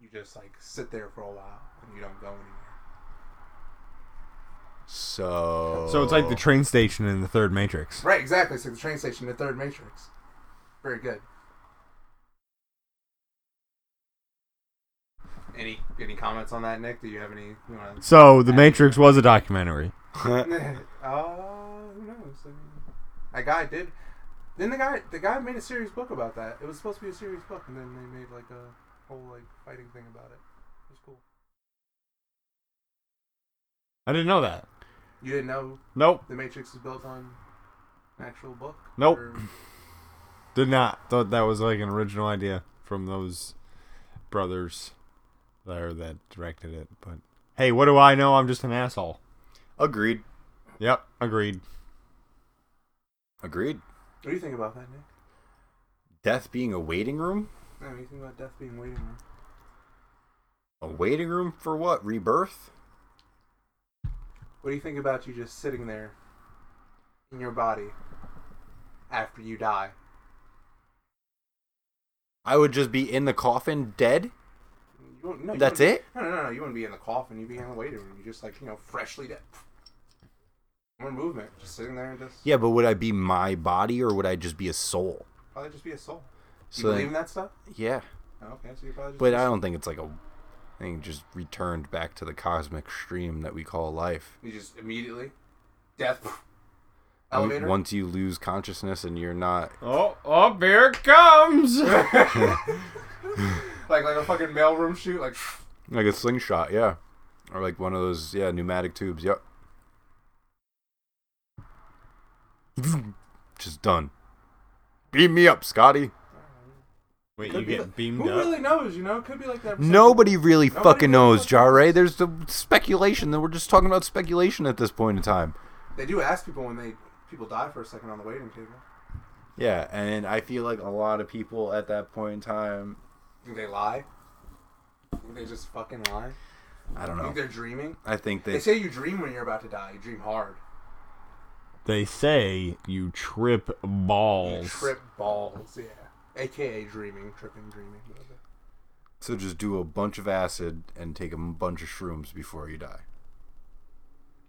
Speaker 1: You just like sit there for a while and you don't go anywhere.
Speaker 2: So
Speaker 3: so it's like the train station in the third Matrix.
Speaker 1: Right. Exactly. So the train station, the third Matrix. Very good. Any any comments on that, Nick? Do you have any? You wanna...
Speaker 3: So the Matrix was a documentary.
Speaker 1: (laughs) uh, who knows? I mean, that guy did. Then the guy, the guy made a serious book about that. It was supposed to be a serious book, and then they made like a whole like fighting thing about it. It was cool.
Speaker 3: I didn't know that.
Speaker 1: You didn't know
Speaker 3: Nope.
Speaker 1: the Matrix was built on an actual book?
Speaker 3: Nope.
Speaker 1: Or-
Speaker 3: Did not thought that was like an original idea from those brothers there that directed it. But hey, what do I know? I'm just an asshole.
Speaker 2: agreed.
Speaker 3: Yep, agreed.
Speaker 2: Agreed.
Speaker 1: What do you think about that, Nick?
Speaker 2: Death being a waiting room?
Speaker 1: No, what do you think about death being waiting room?
Speaker 2: A waiting room for what? Rebirth?
Speaker 1: What do you think about you just sitting there in your body after you die?
Speaker 2: I would just be in the coffin dead?
Speaker 1: You won't- no, you
Speaker 2: That's
Speaker 1: wouldn't-
Speaker 2: it?
Speaker 1: No, no, no, no. You wouldn't be in the coffin. You'd be in the waiting room. You're just like, you know, freshly dead. More movement. Just sitting there and just.
Speaker 2: Yeah, but would I be my body or would I just be a soul?
Speaker 1: Probably just be a soul. Do you
Speaker 2: So
Speaker 1: believe in that stuff?
Speaker 2: yeah,
Speaker 1: Oh, okay, so you probably just.
Speaker 2: but
Speaker 1: be a
Speaker 2: I
Speaker 1: soul.
Speaker 2: don't think it's like a thing just returned back to the cosmic stream that we call life.
Speaker 1: You just immediately. Death.
Speaker 2: I mean,
Speaker 1: Elevator.
Speaker 2: Once you lose consciousness and you're not
Speaker 3: Oh, oh, here it comes.
Speaker 1: Like like a fucking mailroom shoot. Like.
Speaker 2: like a slingshot, yeah, or like one of those yeah pneumatic tubes. Yep, (laughs) just done. Beam me up, Scotty.
Speaker 3: (laughs) Wait,
Speaker 1: Could
Speaker 3: you
Speaker 1: be
Speaker 3: get
Speaker 1: li-
Speaker 3: beamed
Speaker 1: Who
Speaker 3: up?
Speaker 1: really knows? You know, it could be like that.
Speaker 2: Nobody really
Speaker 1: Nobody
Speaker 2: fucking
Speaker 1: really
Speaker 2: knows,
Speaker 1: fucking
Speaker 2: Jare. There's the speculation that we're just talking about speculation at this point in time.
Speaker 1: They do ask people when they people die for a second on the waiting table.
Speaker 2: Yeah, and I feel like a lot of people at that point in time,
Speaker 1: Think they lie? Think they just fucking lie?
Speaker 2: I don't
Speaker 1: Think
Speaker 2: know.
Speaker 1: they're dreaming?
Speaker 2: I think
Speaker 1: They
Speaker 2: they
Speaker 1: say you dream when you're about to die. You dream hard.
Speaker 3: They say you trip
Speaker 1: You
Speaker 3: balls.
Speaker 1: trip balls. Yeah. AKA dreaming, tripping, dreaming. whatever.
Speaker 2: so just do a bunch of acid and take a bunch of shrooms before you die.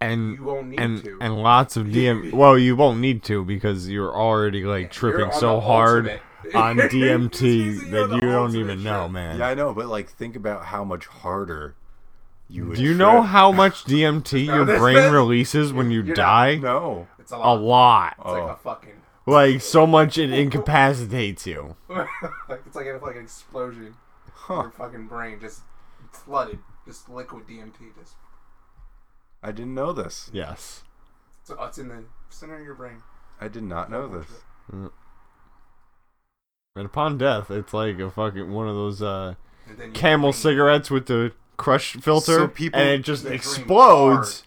Speaker 3: and
Speaker 1: You won't need
Speaker 3: and
Speaker 1: to.
Speaker 3: and lots of DM. well, you won't need to because you're already like
Speaker 1: You're
Speaker 3: tripping
Speaker 1: on
Speaker 3: so
Speaker 1: the
Speaker 3: hard
Speaker 1: ultimate.
Speaker 3: (laughs) on
Speaker 1: You're
Speaker 3: DMT
Speaker 1: on
Speaker 3: that
Speaker 1: the
Speaker 3: you don't
Speaker 1: ultimate
Speaker 3: even know,
Speaker 1: shit.
Speaker 3: man.
Speaker 2: Yeah, I know, but like think about how much harder you would
Speaker 3: Do you
Speaker 2: trip. (laughs)
Speaker 3: know how much
Speaker 1: (laughs)
Speaker 3: DMT
Speaker 1: No,
Speaker 3: your
Speaker 1: this-
Speaker 3: brain releases when you
Speaker 1: You're not-
Speaker 3: die?
Speaker 2: No.
Speaker 1: It's a
Speaker 3: A
Speaker 1: lot.
Speaker 3: lot.
Speaker 1: It's
Speaker 2: Oh.
Speaker 1: like a fucking. (laughs)
Speaker 3: Like so much it incapacitates you.
Speaker 1: like it's like, a, like an explosion.
Speaker 3: Oh.
Speaker 1: Your fucking brain just flooded. Just liquid DMT. Just
Speaker 2: I didn't know this.
Speaker 3: Yes.
Speaker 1: it's, uh, it's in the center of your brain.
Speaker 2: I did not know this.
Speaker 3: And upon death, it's like a fucking one of those uh,
Speaker 1: And then you
Speaker 3: Camel
Speaker 1: dream.
Speaker 3: cigarettes with the crush filter,
Speaker 2: So people-
Speaker 3: and it just
Speaker 1: They dream
Speaker 3: explodes,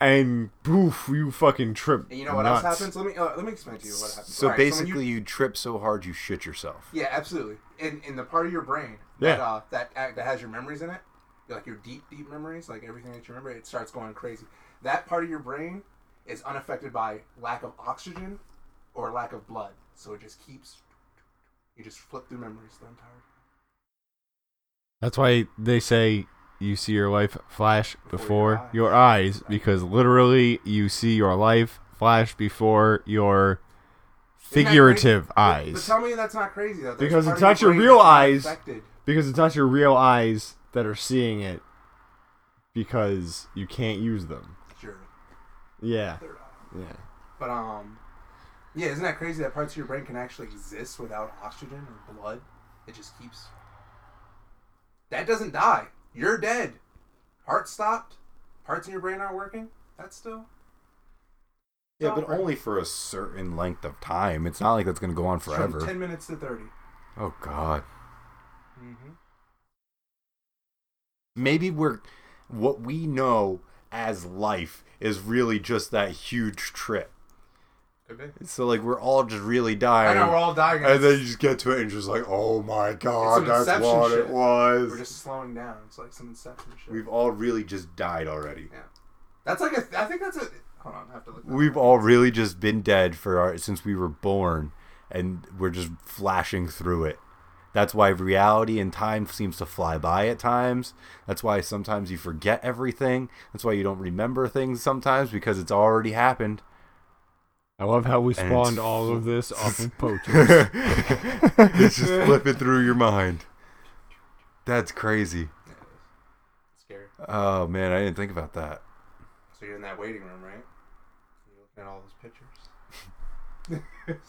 Speaker 3: and poof, you fucking trip.
Speaker 1: And you know what
Speaker 3: nuts.
Speaker 1: else happens? Let me uh, let me explain to you what happens.
Speaker 2: So
Speaker 1: All right, when you-
Speaker 2: basically you... trip so hard you shit yourself.
Speaker 1: Yeah, absolutely. In in the part of your brain that
Speaker 3: Yeah.
Speaker 1: uh, that act that has your memories in it, like your deep deep memories, like everything that you remember, it starts going crazy. That part of your brain is unaffected by lack of oxygen or lack of blood, so it just keeps. You just flip through memories the entire.
Speaker 3: That's why they say you see your life flash
Speaker 1: Before
Speaker 3: before,
Speaker 1: your
Speaker 3: your, eyes. because literally you see your life flash before your
Speaker 1: Isn't that
Speaker 3: figurative
Speaker 1: crazy? But- But
Speaker 3: eyes.
Speaker 1: tell me that's not crazy though. There's
Speaker 3: Because
Speaker 1: part
Speaker 3: it's
Speaker 1: of
Speaker 3: not your
Speaker 1: brain
Speaker 3: real
Speaker 1: that's
Speaker 3: eyes.
Speaker 1: Affected.
Speaker 3: Because it's not your real eyes that are seeing it because you can't use them.
Speaker 1: It's your
Speaker 3: Yeah.
Speaker 1: third eye.
Speaker 3: Yeah.
Speaker 1: But um, yeah, isn't that crazy that parts of your brain can actually exist without oxygen or blood? It just keeps. That doesn't die. You're dead. Heart stopped. Parts in your brain aren't working. That's still.
Speaker 2: Yeah, but only for a certain length of time. It's not like that's gonna go on
Speaker 1: It's
Speaker 2: forever.
Speaker 1: From ten minutes to 30
Speaker 2: Oh god.
Speaker 1: Mm-hmm.
Speaker 2: maybe we're what we know as life is really just that huge trip.
Speaker 1: Could be.
Speaker 2: So like we're all just really
Speaker 1: I
Speaker 2: dying.
Speaker 1: know we're all dying.
Speaker 2: and then you just get to it and just like, oh my
Speaker 1: It's
Speaker 2: god,
Speaker 1: some
Speaker 2: that's
Speaker 1: Inception
Speaker 2: what
Speaker 1: shit.
Speaker 2: it was.
Speaker 1: We're just slowing down. It's like some inception shit.
Speaker 2: We've all really just died already.
Speaker 1: yeah. That's like a. I think that's a. Hold on, I have to look. that up.
Speaker 2: We've all really just been dead for our since we were born, and we're just flashing through it. That's why reality and time seems to fly by at times. That's why sometimes you forget everything. That's why you don't remember things sometimes because it's already happened. (laughs)
Speaker 3: I love how we
Speaker 2: And
Speaker 3: spawned
Speaker 2: it's-
Speaker 3: all of this off of poachers.
Speaker 2: it's just flipping through your mind. That's crazy.
Speaker 1: Scary.
Speaker 2: Oh man, I didn't think about that.
Speaker 1: So you're in that waiting room, right? You're looking at all those pictures.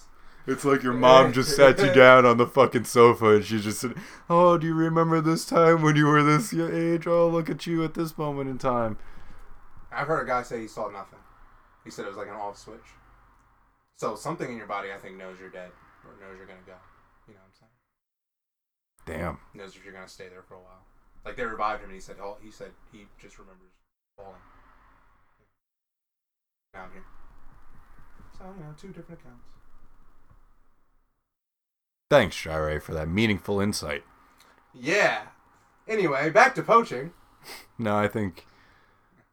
Speaker 2: It's like your mom just sat you down on the fucking sofa and she just said, "Oh, do you remember this time when you were this y- age? Oh, look at you at this moment in time."
Speaker 1: I've heard a guy say he saw nothing. He said it was like an off switch. So something in your body, I think, knows you're dead or knows you're gonna go. You know what I'm saying?
Speaker 2: Damn.
Speaker 1: Knows if you're gonna stay there for a while. Like they revived him, and he said, "Oh, he said he just remembers falling." Down here. So you know, two different accounts.
Speaker 2: Thanks, Shire, for that meaningful insight.
Speaker 1: Yeah. Anyway, back to poaching.
Speaker 2: No, I think,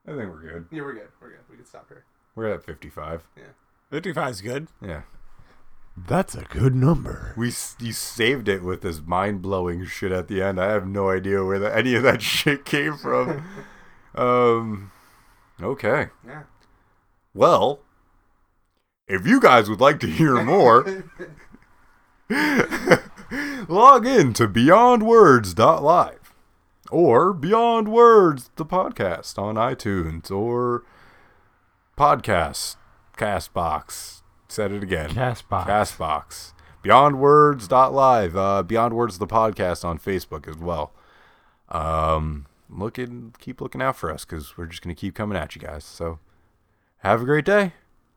Speaker 2: I think we're good.
Speaker 1: Yeah, we're good. We're good. We can stop here.
Speaker 2: We're at fifty-five.
Speaker 3: 55 is good.
Speaker 2: Yeah,
Speaker 4: That's a good number.
Speaker 2: we s- you saved it with this mind-blowing shit at the end. I have no idea where the, any of that (laughs) shit came from. um, okay.
Speaker 1: Yeah.
Speaker 2: Well, if you guys would like to hear more, log in to beyondwords.live or Beyond Words, the podcast on iTunes or podcast, Castbox. Said it again.
Speaker 3: Castbox.
Speaker 2: Castbox. BeyondWords.live. Uh, Beyond Words, the podcast on Facebook as well. Um, look in, keep looking out for us because we're just going to keep coming at you guys. So have a great day.